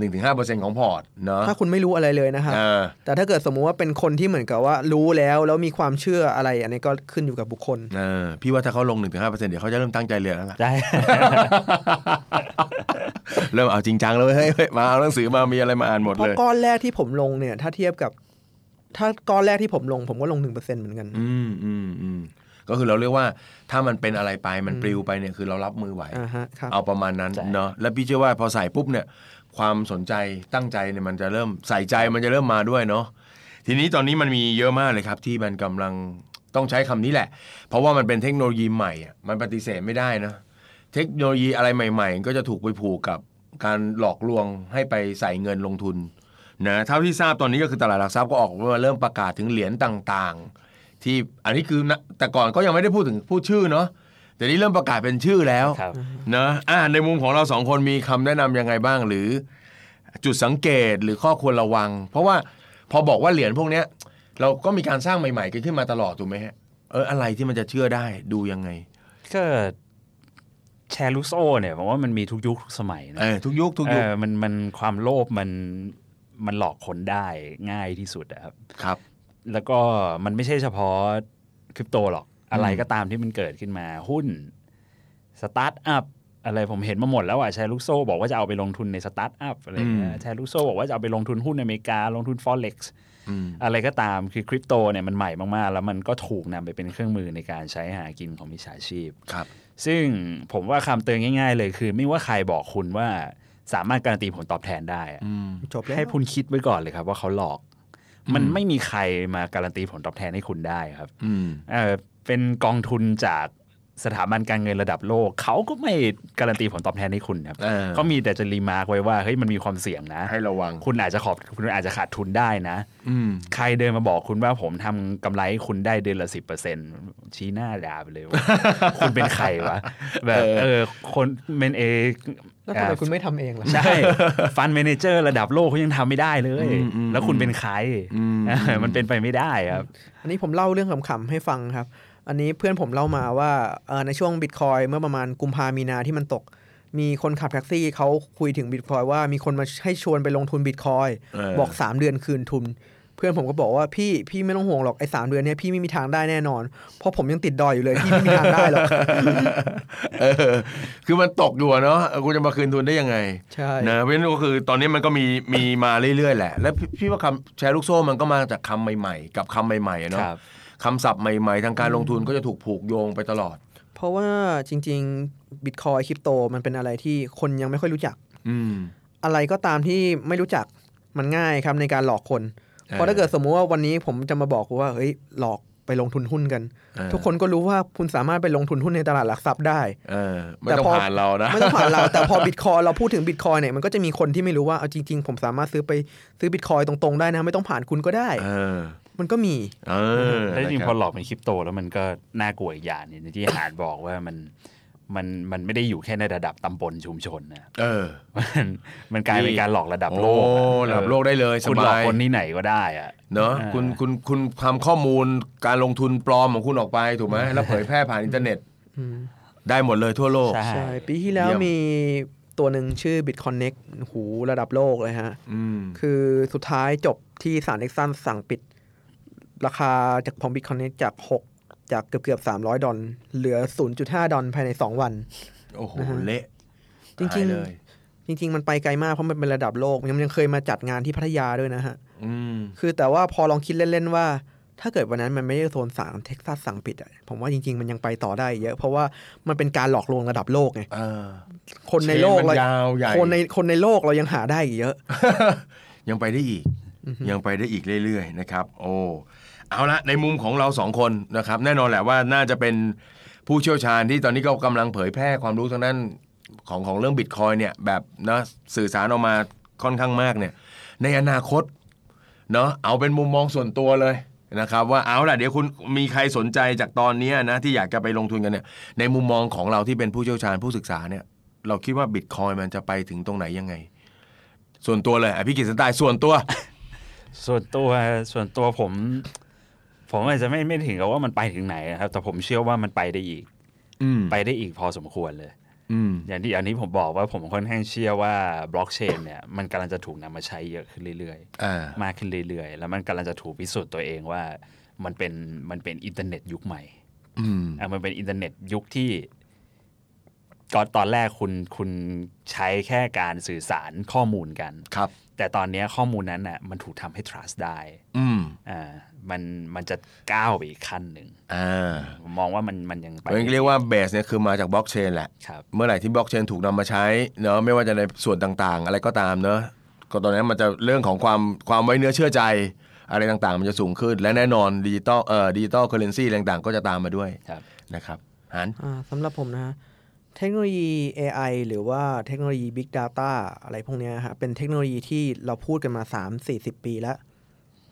หนึ่งถึงห้าเปอร์เซ็นต์ของพอร์ตเนาะ ถ้าคุณไม่รู้อะไรเลยนะครับ อ่า แต่ถ้าเกิดสมมุติว่าเป็นคนที่เหมือนกับว่ารู้แล้วแล้วมีความเชื่ออะไรอันนี้ก็ขึ้นอยู่กับบุคคล เออพี่ว่าถ้าเขาลงหนึ่งถึงห้าเปอร์เซ็นต์เดี๋ยวเขาจะเริ่มตั้งใจเรียนแล้วล่ะ ได้ เริ่มเอาจริงจังแล้วเว้ยเฮ้ยเฮ้ยมาเอาหนังสือมามีอะไรมาอ่านหมด เพราะ เลย ก้อนแรกที่ผมลงเนี่ย ถ้าเทียบกับ ถ้าก้อนแรกที่ผมลง ผมก็ลงหนึ่งเปอร์เซ็นต์เหมือนกัน อืมอืมอืมก็คือเราเรียกว่าถ้ามันเป็นอะไรไปมันปลิวไปเนี่ยคือเรารับมือไหว อ่าฮะครับ เอาประมาณนั้น ใช่ เนาะแล้วพี่เชื่อว่าพอใส่ปุ๊บเนี่ย ความสนใจตั้งใจเนี่ยมันจะเริ่มใส่ใจมันจะเริ่มมาด้วยเนาะทีนี้ตอนนี้มันมีเยอะมากเลยครับที่มันกำลังต้องใช้คำนี้แหละ เพราะว่ามันเป็นเทคโนโลยีใหม่อะมันปฏิเสธไม่ได้นะเทคโนโลยีอะไรใหม่ ๆ ก็จะถูกไปผูกกับการหลอกลวงให้ไปใส่เงินลงทุนนะเท่าที่ทราบตอนนี้ก็คือตลาดหลักทรัพย์ก็ออกมาเริ่มประกาศถึงเหรียญต่างๆ ที่อันนี้คือนะแต่ก่อนก็ยังไม่ได้พูดถึงพูดชื่อเนาะแต่นี้เริ่มประกาศเป็นชื่อแล้ว ครับ นะอ่าในมุมของเราสองคนมีคำแนะนำยังไงบ้างหรือ จุดสังเกตหรือข้อควรระวัง เพราะว่าพอบอกว่าเหรียญพวกเนี้ย เราก็มีการสร้างใหม่ๆกันขึ้นมาตลอดถูกไหมฮะเอออะไรที่มันจะเชื่อได้ดูยังไง ก็แชร์ลูกโซ่เนี่ยผมว่ามันมีทุกยุคทุกสมัยนะ เออทุกยุคทุก เอ ยุค อมันมันความโลภมันมันหลอกคนได้ง่ายที่สุดอะครับ ครับ แล้วก็มันไม่ใช่เฉพาะคริปโตหรอก อะไรก็ตามที่มันเกิดขึ้นมาหุ้นสตาร์ทอัพอะไรผมเห็นมาหมดแล้วอ่ะแชร์ลูกโซ่บอกว่าจะเอาไปลงทุนในสตาร์ทอัพอะไรอย่างเงี้ย อืม แชร์ลูกโซ่บอกว่าจะเอาไปลงทุนหุ้นอเมริกา ลงทุน Forex อืม อะไรก็ตามคือคริปโตเนี่ยมันใหม่มากๆ แล้วมันก็ถูกนำไปเป็นเครื่องมือในการใช้หากินของมิจฉาชีพ ครับ ซึ่งผมว่าคำเตือนง่าย ๆ เลยคือไม่ว่าใครบอกคุณว่าสามารถการันตีผลตอบแทนได้อะ อืม จบแล้ว ให้คุณคิดไว้ก่อนเลยครับว่าเขาหลอก มันไม่มีใครมาการันตีผลตอบแทนให้คุณได้ครับ อืม เอ่อเป็นกองทุนจากสถาบันการเงินระดับโลก เขาก็ไม่การันตีผลตอบแทนให้คุณครับ เออ เขามีแต่จะรีมาร์กไว้ว่าเฮ้ยมันมีความเสี่ยงนะ ให้ระวัง คุณอาจจะขอบคุณอาจจะขาดทุนได้นะ อืม ใครเดินมาบอกคุณว่าผมทำกำไรให้คุณได้เดือนละสิบเปอร์เซ็นชี้หน้าด่าไปเลยว่า คุณเป็นใครวะ แบบเออคนเมนเอ แล้วทำไมคุณไม่ทำเองล่ะ ใช่ฟันเมนเจอร์ระดับโลกเขายังทำไม่ได้เลย อืมอืม แล้วคุณเป็นใคร อืม เออมันเป็นไปไม่ได้ครับ อันนี้ผมเล่าเรื่องขำๆให้ฟังครับ อันนี้เพื่อนผมเล่ามาว่าเอ่อในช่วงบิตคอยเมื่อประมาณกุมภามีนาที่มันตก มีคนขับแท็กซี่เขาคุยถึงบิตคอยว่ามีคนมาให้ชวนไปลงทุนบิตคอย เออ บอก 3 เดือนคืนทุน เพื่อนผมก็บอกว่าพี่พี่ไม่ต้องห่วงหรอกไอ้สามเดือนเนี้ยพี่ไม่มีทางได้แน่นอน เพราะผมยังติดดอยอยู่เลยพี่ไม่มีทางได้หรอก เออคือมันตกอยู่อะเนาะเออคุณจะมาคืนทุนได้ยังไง ใช่ นะเพราะฉะนั้นก็คือตอนนี้มันก็มีมีมาเรื่อยๆแหละ แล้วพี่พี่ว่าคำแชร์ลูกโซ่มันก็มาจากคำใหม่ๆ กับคำใหม่ๆอะเนาะ ครับ คำศัพท์ใหม่ๆ ทางการลงทุนก็จะถูกผูกโยงไปตลอด เพราะว่าจริงๆบิตคอยคริปโตมันเป็นอะไรที่คนยังไม่ค่อยรู้จัก อืม อะไรก็ตามที่ไม่รู้จักมันง่ายครับในการหลอกคน ออ เพราะถ้าเกิดสมมุติว่าวันนี้ผมจะมาบอกว่าเฮ้ยหลอกไปลงทุนหุ้นกัน เออ ทุกคนก็รู้ว่าคุณสามารถไปลงทุนหุ้นในตลาดหลักทรัพย์ ได้ เออไม่ แต่ ต้อง พอ ผ่านเรานะ ไม่ต้องผ่านเราแต่พอบิตคอยเราพูดถึงบิตคอยเนี่ยมันก็จะมีคนที่ไม่รู้ว่าเอาจริง ๆ ผมสามารถซื้อไปซื้อบิตคอยตรงๆได้นะ ไม่ต้องผ่านคุณก็ได้ เออ มันก็มี เออ แล้วจริง นะ ๆ ค พ รั อบ หลอกเป็นคริปโต แล้วมันก็น่ากลัวอีกอย่างหนึงที่หานบอกว่ามันมันมันไม่ได้อยู่แค่ในระดับตำบลชุมชนนะ เออ มันมันกลายเป็นการหลอกระดับโล โอ้ กอะ ระดับโลกได้เลยส คุณหลอบ าก ย คนที่ไหนก็ได้อะ เนาะ อ่า คุณคุณคุณทำข้อมูลการลงทุนปลอมของคุณออกไปถูกไหมแล้วเผยแพร่ผ่านอินเทอร์เน็ต อืม ได้หมดเลยทั่วโลก ใช่ ใช่ปีที่แล้ว เยี่ยม มีตัวหนึ่งชื่อ BitConnect หูระดับโลกเลยฮะ อืม คือสุดท้ายจบที่สารเล็กซันสั่งปิด ราคาจากของบิตคอนเนจาก 6 จากเกือบเกือบ300 ดอลเหลือ 0.5 ดอลภายใน 2 วัน โอ้โห นะฮะ เละ จริหายงๆเลย จริง ๆ มันไปไกลมาก เพราะมันเป็นระดับโลก มันยังเคยมาจัดงานที่พัทยาด้วยนะฮะ อืม คือแต่ว่าพอลองคิดเล่น ๆ ว่า ถ้าเกิดวันนั้นมันไม่ได้โซนสารเท็กซัสสั่งปิดอะผมว่าจริง ๆ มันยังไปต่อได้เยอะ เพราะว่ามันเป็นการหลอกลวงระดับโลกไง เออ คนในโลก เชมันเรายาวใหญ่ คนในคนในโลกเรายังหาได้อีกเยอะ ยังไปได้อีก ยังไปได้อีกเรื่อยๆนะครับ โอ้เอาละในมุมของเราสองคนนะครับ แน่นอนแหละว่าน่าจะเป็นผู้เชี่ยวชาญที่ตอนนี้ก็กำลังเผยแพร่ความรู้ทางด้านของของเรื่องบิตคอยเนี่ยแบบนะสื่อสารออกมาค่อนข้างมากเนี่ย ในอนาคต เนาะเอาเป็นมุมมองส่วนตัวเลยนะครับ ว่าเอาล่ะเดี๋ยวคุณมีใครสนใจจากตอนเนี้ยนะที่อยากจะไปลงทุนกันเนี่ย ในมุมมองของเราที่เป็นผู้เชี่ยวชาญผู้ศึกษาเนี่ย เราคิดว่าบิตคอยมันจะไปถึงตรงไหนยังไง ส่วนตัวเลยอ่ะพี่กิตสันตายส่วนตัว ส่วนตัวส่วนตัวผม ผมอาจจะไม่ไม่ถึงกับว่ามันไปถึงไหนนะครับ แต่ผมเชื่อว่ามันไปได้อีก อืม ไปได้อีกพอสมควรเลย อืม อย่างที่อันนี้ผมบอกว่าผมค่อนข้างเชื่อว่าบล็อกเชนเนี่ยมันกำลังจะถูกนำมาใช้เยอะขึ้นเรื่อย อ่า ๆ มากขึ้นเรื่อยๆ แล้วมันกำลังจะถูกพิสูจน์ตัวเองว่ามันเป็นมันเป็นอินเทอร์เน็ตยุคใหม่ อืม อ่ะมันเป็นอินเทอร์เน็ตยุคที่ก่อนตอนแรกคุณคุณใช้แค่การสื่อสารข้อมูลกัน ครับ แต่ตอนเนี้ยข้อมูลนั้นน่ะมันถูกทำให้ trust ได้ อืม อ่ามันมันจะก้าวไปอีกขั้นหนึ่ง อ่า ผมมองว่ามันมันยังไป เพราะงั้นเรียกว่าเบสเนี่ยคือมาจากบล็อกเชนแหละ ครับ เมื่อไหร่ที่บล็อกเชนถูกนำมาใช้เนาะไม่ว่าจะในส่วนต่างๆ อะไรก็ตามเนาะก็ตอนนั้นมันจะเรื่องของความความไว้เนื้อเชื่อใจ อะไรต่างๆ มันจะสูงขึ้น และแน่นอนดิจิตอลเอ่อดิจิตอลเคอร์เรนซีต่างๆ ก็จะตามมาด้วย ครับ นะครับฮัน อ่าสำหรับผมนะฮะเทคโนโลยี AI หรือว่าเทคโนโลยี Big Data อะไรพวกเนี้ยฮะเป็นเทคโนโลยีที่เราพูดกันมา 3 4 0 ปีแล้ว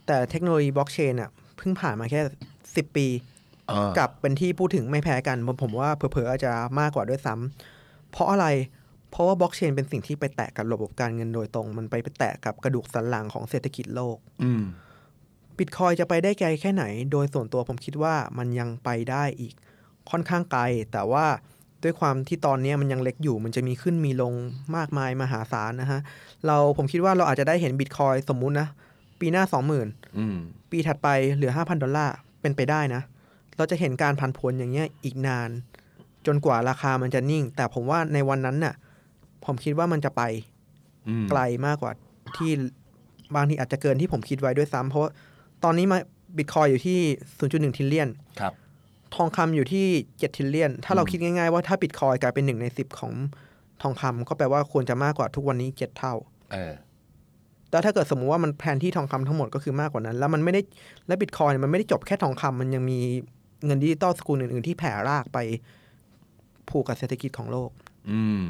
แต่เทคโนโลยีบล็อกเชนอ่ะเพิ่งผ่านมาแค่ 10 ปี อ่า กับเป็นที่พูดถึงไม่แพ้กันผมผมว่าเผลอๆอาจจะมากกว่าด้วยซ้ำเพราะอะไรเพราะว่าบล็อกเชนเป็นสิ่งที่ไปแตะกับระบบการเงินโดยตรง มันไปไปแตะกับกระดูกสันหลังของเศรษฐกิจโลก อืม บิตคอยจะไปได้ไกลแค่ไหน โดยส่วนตัวผมคิดว่ามันยังไปได้อีก ค่อนข้างไกล แต่ว่าด้วยความที่ตอนนี้มันยังเล็กอยู่ มันจะมีขึ้นมีลงมากมายมหาศาลนะฮะ เราผมคิดว่าเราอาจจะได้เห็นบิตคอยสมมุตินะ ปีหน้า 20,000 อืม ปีถัดไปเหลือ 5,000 ดอลลาร์ เป็นไปได้นะ เราจะเห็นการผันผวนอย่างเงี้ยอีกนาน จนกว่าราคามันจะนิ่ง แต่ผมว่าในวันนั้นน่ะ ผมคิดว่ามันจะไป อืม ไกลมากกว่าที่บางทีอาจจะเกินที่ผมคิดไว้ด้วยซ้ำเพราะว่าตอนนี้มาบิตคอยอยู่ที่ 0.1 ทิลเลียน ครับ ทองคำอยู่ที่ 7 ทิลเลียน ถ้าเราคิดง่ายๆว่าถ้าบิตคอยกลายเป็นหนึ่งใน 10 ของทองคำก็แปลว่าควรจะมากกว่าทุกวันนี้ 7 เท่า เออ แต่ถ้าเกิดสมมุติว่ามันแพนที่ทองคำทั้งหมดก็คือมากกว่านั้น แล้วมันไม่ได้และบิตคอยมันไม่ได้จบแค่ทองคำมันยังมีเงินดิจิตอลสกุลอื่นๆที่แผ่รากไปผูกกับเศรษฐกิจของโลก อืม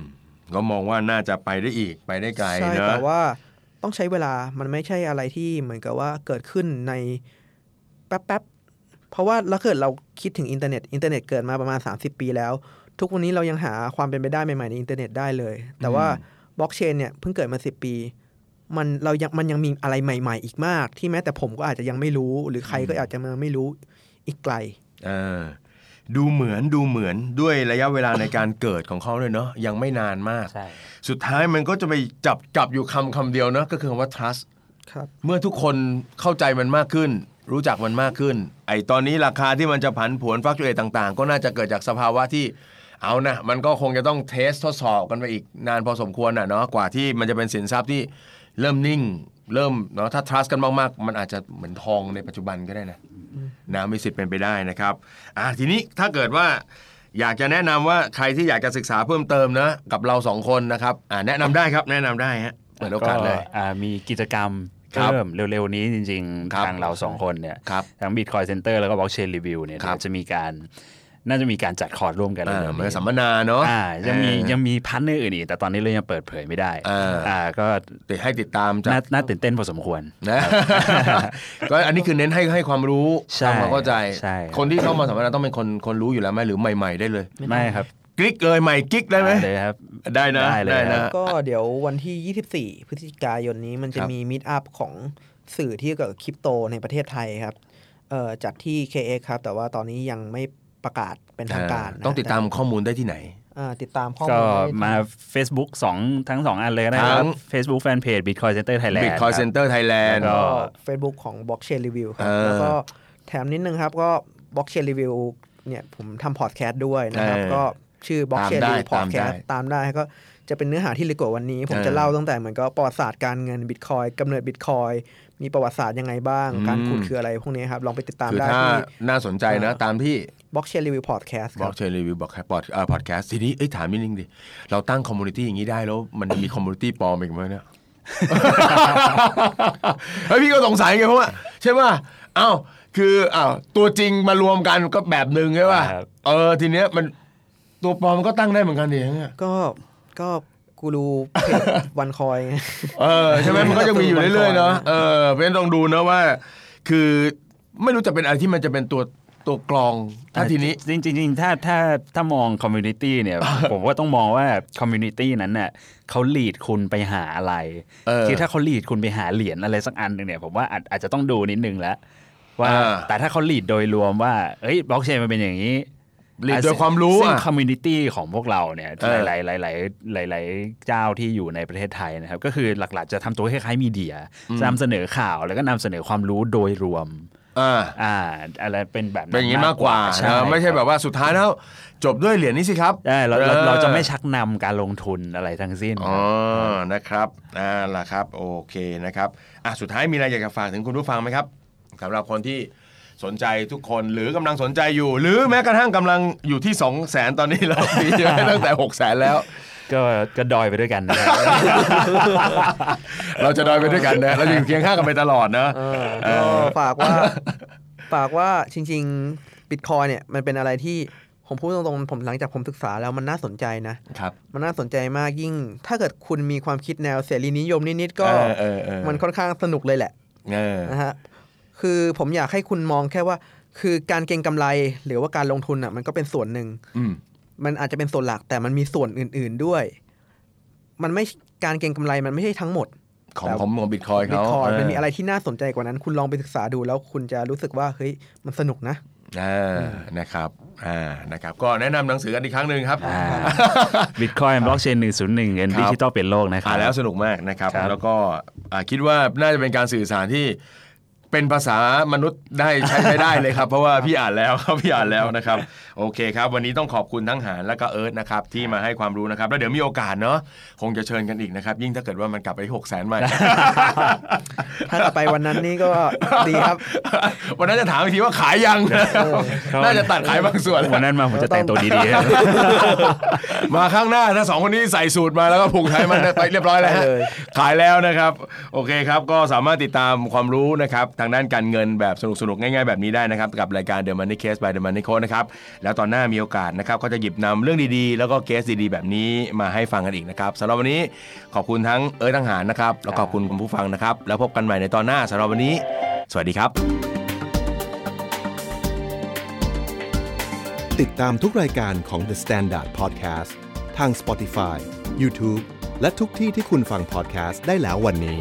ก็มองว่าน่าจะไปได้อีกไปได้ไกล ใช่ เนอะ แต่ว่าต้องใช้เวลามันไม่ใช่อะไรที่เหมือนกับว่าเกิดขึ้นในแป๊บๆ เพราะว่าแล้วเกิดเราคิดถึงอินเทอร์เน็ตอินเทอร์เน็ตเกิดมาประมาณ 30 ปีแล้ว ทุกวันนี้เรายังหาความเป็นไปได้ใหม่ๆในอินเทอร์เน็ตได้เลย แต่ว่าบล็อกเชนเนี่ยเพิ่งเกิดมา 10 ปี มันเรายังมันยังมีอะไรใหม่ ๆ อีกมาก ที่แม้แต่ผมก็อาจจะยังไม่รู้ หรือใครก็อาจจะมาไม่รู้อีกไกล เออดูเหมือนดูเหมือนด้วยระยะเวลาในการเกิดของเขาเลยเนาะยังไม่นานมาก ใช่ สุดท้ายมันก็จะไปจับจับอยู่คำคำเดียวเนอะก็คือคำว่า trust ครับ เมื่อทุกคนเข้าใจมันมากขึ้น รู้จักมันมากขึ้น ไอ้ตอนนี้ราคาที่มันจะผันผวนฟักตัวเองต่างๆ ก็น่าจะเกิดจากสภาวะที่เอานะมันก็คงจะต้องเทสทดสอบกันไปอีกนานพอสมควรน่ะเนาะกว่าที่มันจะเป็นสินทรัพย์ที่เริ่มนิ่ง เริ่มเนาะถ้า trust กันมากๆ มันอาจจะเหมือนทองในปัจจุบันก็ได้นะนะมีสิทธิ์เป็นไปได้นะครับอ่ะทีนี้ถ้าเกิดว่า อยากจะแนะนำว่าใครที่อยากจะศึกษาเพิ่มเติมนะกับเราสองคนนะครับอ่ะแนะนำได้ครับแนะนำได้ฮะเปิดโอกาสเลย อ่ามีกิจกรรม ครับ เริ่มเร็วๆนี้จริง ครับ ๆ ทางเราสองคนเนี่ย ครับ ทั้ง Bitcoin Center แล้วก็ Blockchain Review เนี่ย ครับ เดี๋ยวจะมีการน่าจะมีการจัดคอร์สร่วมกัน อ่า เร็วๆ มัน นี้ สัมมนาเนาะ อ่ายังมี เออ ยังมีพันเนอร์อื่นอีกแต่ตอนนี้เรายังเปิดเผยไม่ได้ อ่า อ่าก็ ติดให้ติดตามจา น่าก น่าตื่นเต้นพอสมควร นะ ก็อันนี้คือเน้นให้ให้ความรู้ ใช่ ทำความเข้าใจ ใช่ คนที่เข้ามาสัมมนาต้องเป็นคนคนรู้อยู่แล้วไหมหรือใหม่ ๆ ได้เลย ไม่ครับ กริกเลยใหม่กิ๊กได้ไหม เลยครับ ได้นะ ได้เลย นะ ก็เดี๋ยววันที่ 24 พฤศจิกายนนี้มันจะ ครับ มีมิตอัพของสื่อที่เกี่ยวกับคริปโตในประเทศไทยครับเอ่อจัดที่ KX ครับ แต่ว่าตอนนี้ยังไม่ประกาศเป็นทางการนะ ต้องติดตามข้อมูลได้ที่ไหน อ่าติดตามข้อมูล ก็ ได้ที่ มา Facebook สองทั้งสองอันเลยก็ได้ค ทั้ รับ ง Facebook Fanpage Bitcoin Center Thailand Bitcoin ครับ Center Thailand แล้ว ก็ ก็ Facebook ของ Blockchain Review ครับ เออ แล้วก็แถมนิดนึงครับ ก็ Blockchain Review เนี่ยผมทำพอดแคสต์ด้วยนะครับ เออ ก็ชื่อ Blockchain ตามได้ Review Podcast ตามได้ก็จะเป็นเนื้อหาที่ลึกกว่าวันนี้ ผม เออ จะเล่าตั้งแต่เหมือนก็ประวัติศาสตร์การเงินบิตคอยกำเนิดบิตคอยมีประวัติศาสตร์ยังไงบ้าง อืม การขุดคืออะไรพวกนี้ครับ ลองไปติดตาม คือ ได้ ถ้า ที่ น่าสนใจนะ อ่า ตามที่ Blockchain Review Podcast บ ค ล็อกรับ เชนรีวิวบอกแคปพอดแคสต์ทีนี้เอ้ยถามนิดนึงดิ เราตั้งคอมมูนิตี้อย่างนี้ได้แล้ว มันจะมีคอมมูนิตี้ปลอมอีกไหมเนี่ย เฮ้ยพี่ก็สงสัยไงเพราะว่าใช่ป่ะอ้าวคืออ้าวตัวจริงมารวมกันก็แบบหนึ่งใช่ป่ะ ครับ เออทีเนี้ยมันตัวปลอมมันก็ตั้งได้เหมือนกันดิเนี่ย ก็ก็ กูรูเพจ วันคอยไง เออใช่ไหมมันก็ยังมีอยู่เรื่อยๆเนาะเออเพราะฉะนั้นลองดูนะว่า คือไม่รู้จะเป็นอะไรที่มันจะเป็นตัวตัวกลองถ้าทีนี้ จริงจริงจริงถ้าถ้าถ้ามองคอมมูนิตี้เนี่ย ผมว่าต้องมองว่าคอมมูนิตี้นั้นเนี่ยเขาหลีดคุณไปหาอะไร เออ คือถ้าเขาหลีดคุณไปหาเหรียญอะไรสักอันหนึ่งเนี่ยผมว่าอาจอาจจะต้องดูนิดนึงแล้วว่า อ่า แต่ถ้าเขาหลีดโดยรวมว่าเอ้ยบล็อกเชนมันเป็นอย่างนี้ หลีดโดยความรู้ ซึ่ง อะ คอมมูนิตี้ของพวกเราเนี่ย เออ หลาย ๆ หลาย ๆ หลาย ๆ เจ้าที่อยู่ในประเทศไทยนะครับ ก็คือหลัก ๆ จะทำตัวคล้าย ๆ มีเดียจะนำเสนอข่าวแล้วก็นำเสนอความรู้โดยรวม ่า อ่า อะไรเป็นแบบ เป็นอย่างนี้มากกว่า ใช่ นะไม่ใช่แบบว่าสุดท้ายแล้ว จบด้วยเหรียญนี้สิครับ ใช่เราเรา ออ เราจะไม่ชักนำการลงทุนอะไรทั้งสิ้น อ๋อนะครับอ่าล่ะครับ โอเคนะครับอ่ะสุดท้ายมีอะไรอยากจะฝากถึงคุณผู้ฟังไหมครับสำหรับคนที่สนใจทุกคนหรือกำลังสนใจอยู่ หรือแม้กระทั่งกำลังอยู่ที่ 2 0 0แสนตอนนี้เรา มีไว้ตั้งแต่ 6 0แสนแล้ว ก็ก็ดอยไปด้วยกัน นะครับ เราจะดอยไปด้วยกันนะเราจะอยู่เคียงข้างกันไปตลอดนะ เออก็ฝากว่า ฝากว่าจริงๆบิตคอยเนี่ยมันเป็นอะไรที่ผมพูดตรงๆผมหลังจากผมศึกษาแล้วมันน่าสนใจนะ ครับ มันน่าสนใจมากยิ่ง ถ้าเกิดคุณมีความคิดแนวเสรีนิยมนิดๆก็ เออเออเออ มันค่อนข้างสนุกเลยแหละ เออ นะฮะคือผมอยากให้คุณมองแค่ว่า คือการเก็งกำไรหรือว่าการลงทุนอ่ะมันก็เป็นส่วนหนึ่ง อืม มันอาจจะเป็นส่วนหลักแต่มันมีส่วนอื่น ๆด้วย มันไม่การเก็งกำไรมันไม่ใช่ทั้งหมด ของ แต่ ของของบิตคอย บิ เขา ตคอยมัน เ มีอะไรที่น่าสนใจกว่านั้น คุณลองไปศึกษาดูแล้วคุณจะรู้สึกว่าเฮ้ยมันสนุกนะ อ่านะครับอ่านะครับ ก็แนะนำหนังสือกันอีกครั้งหนึ่งครับ บิตคอยน์บล็อกเชนหนึ่งศูนย์หนึ่งเงิน ครับ ดิจิตอลเป็นโลกนะครั อ่า บ นแล้วสนุกมากนะครับ ครับ แล้วก็อ่าคิดว่าน่าจะเป็นการสื่อสารที่เป็นภาษามนุษย์ได้ใช้ไม่ได้เลยครับ เพราะว่าพี่อ่านแล้วครับพี่อ่านแล้วนะครับ โอเคครับ วันนี้ต้องขอบคุณทั้งหานและก็เอิร์ธนะครับที่มาให้ความรู้นะครับ แล้วเดี๋ยวมีโอกาสเนาะคงจะเชิญกันอีกนะครับ ยิ่งถ้าเกิดว่ามันกลับไปหกแสนใหม่ ถ้าจะไปวันนั้นนี่ก็ดีครับ วันนั้นจะถามอีกทีว่าขายยัง นะครับน่าจะตัดขายบางส่วนแล้ว วันนั้นมาผมจะแต่งตัวดีๆ มาข้างหน้าถ้าสองคนนี้ใส่สูตรมาแล้วก็ผูกไทยมันไปเรียบร้อยแล้วฮะ ได้เลย ขายแล้วนะครับ โอเคครับ ก็สามารถติดตามความรู้นะครับ ทางด้านการเงินแบบสนุกๆ ง่ายๆ แบบนี้ได้นะครับ กับรายการ The Money Case by The Money Code นะครับ แล้วตอนหน้ามีโอกาสนะครับก็จะหยิบนำเรื่องดีๆ แล้วก็เคสดีๆ แบบนี้มาให้ฟังกันอีกนะครับสำหรับวันนี้ขอบคุณทั้งเอิร์ธทั้งหารนะครับแล้วขอบคุณคุณผู้ฟังนะครับ แล้วพบกันใหม่ในตอนหน้าสำหรับวันนี้ สวัสดีครับ ติดตามทุกรายการของ The Standard Podcast ทาง Spotify, YouTube และทุกที่ที่คุณฟัง podcast ได้แล้ววันนี้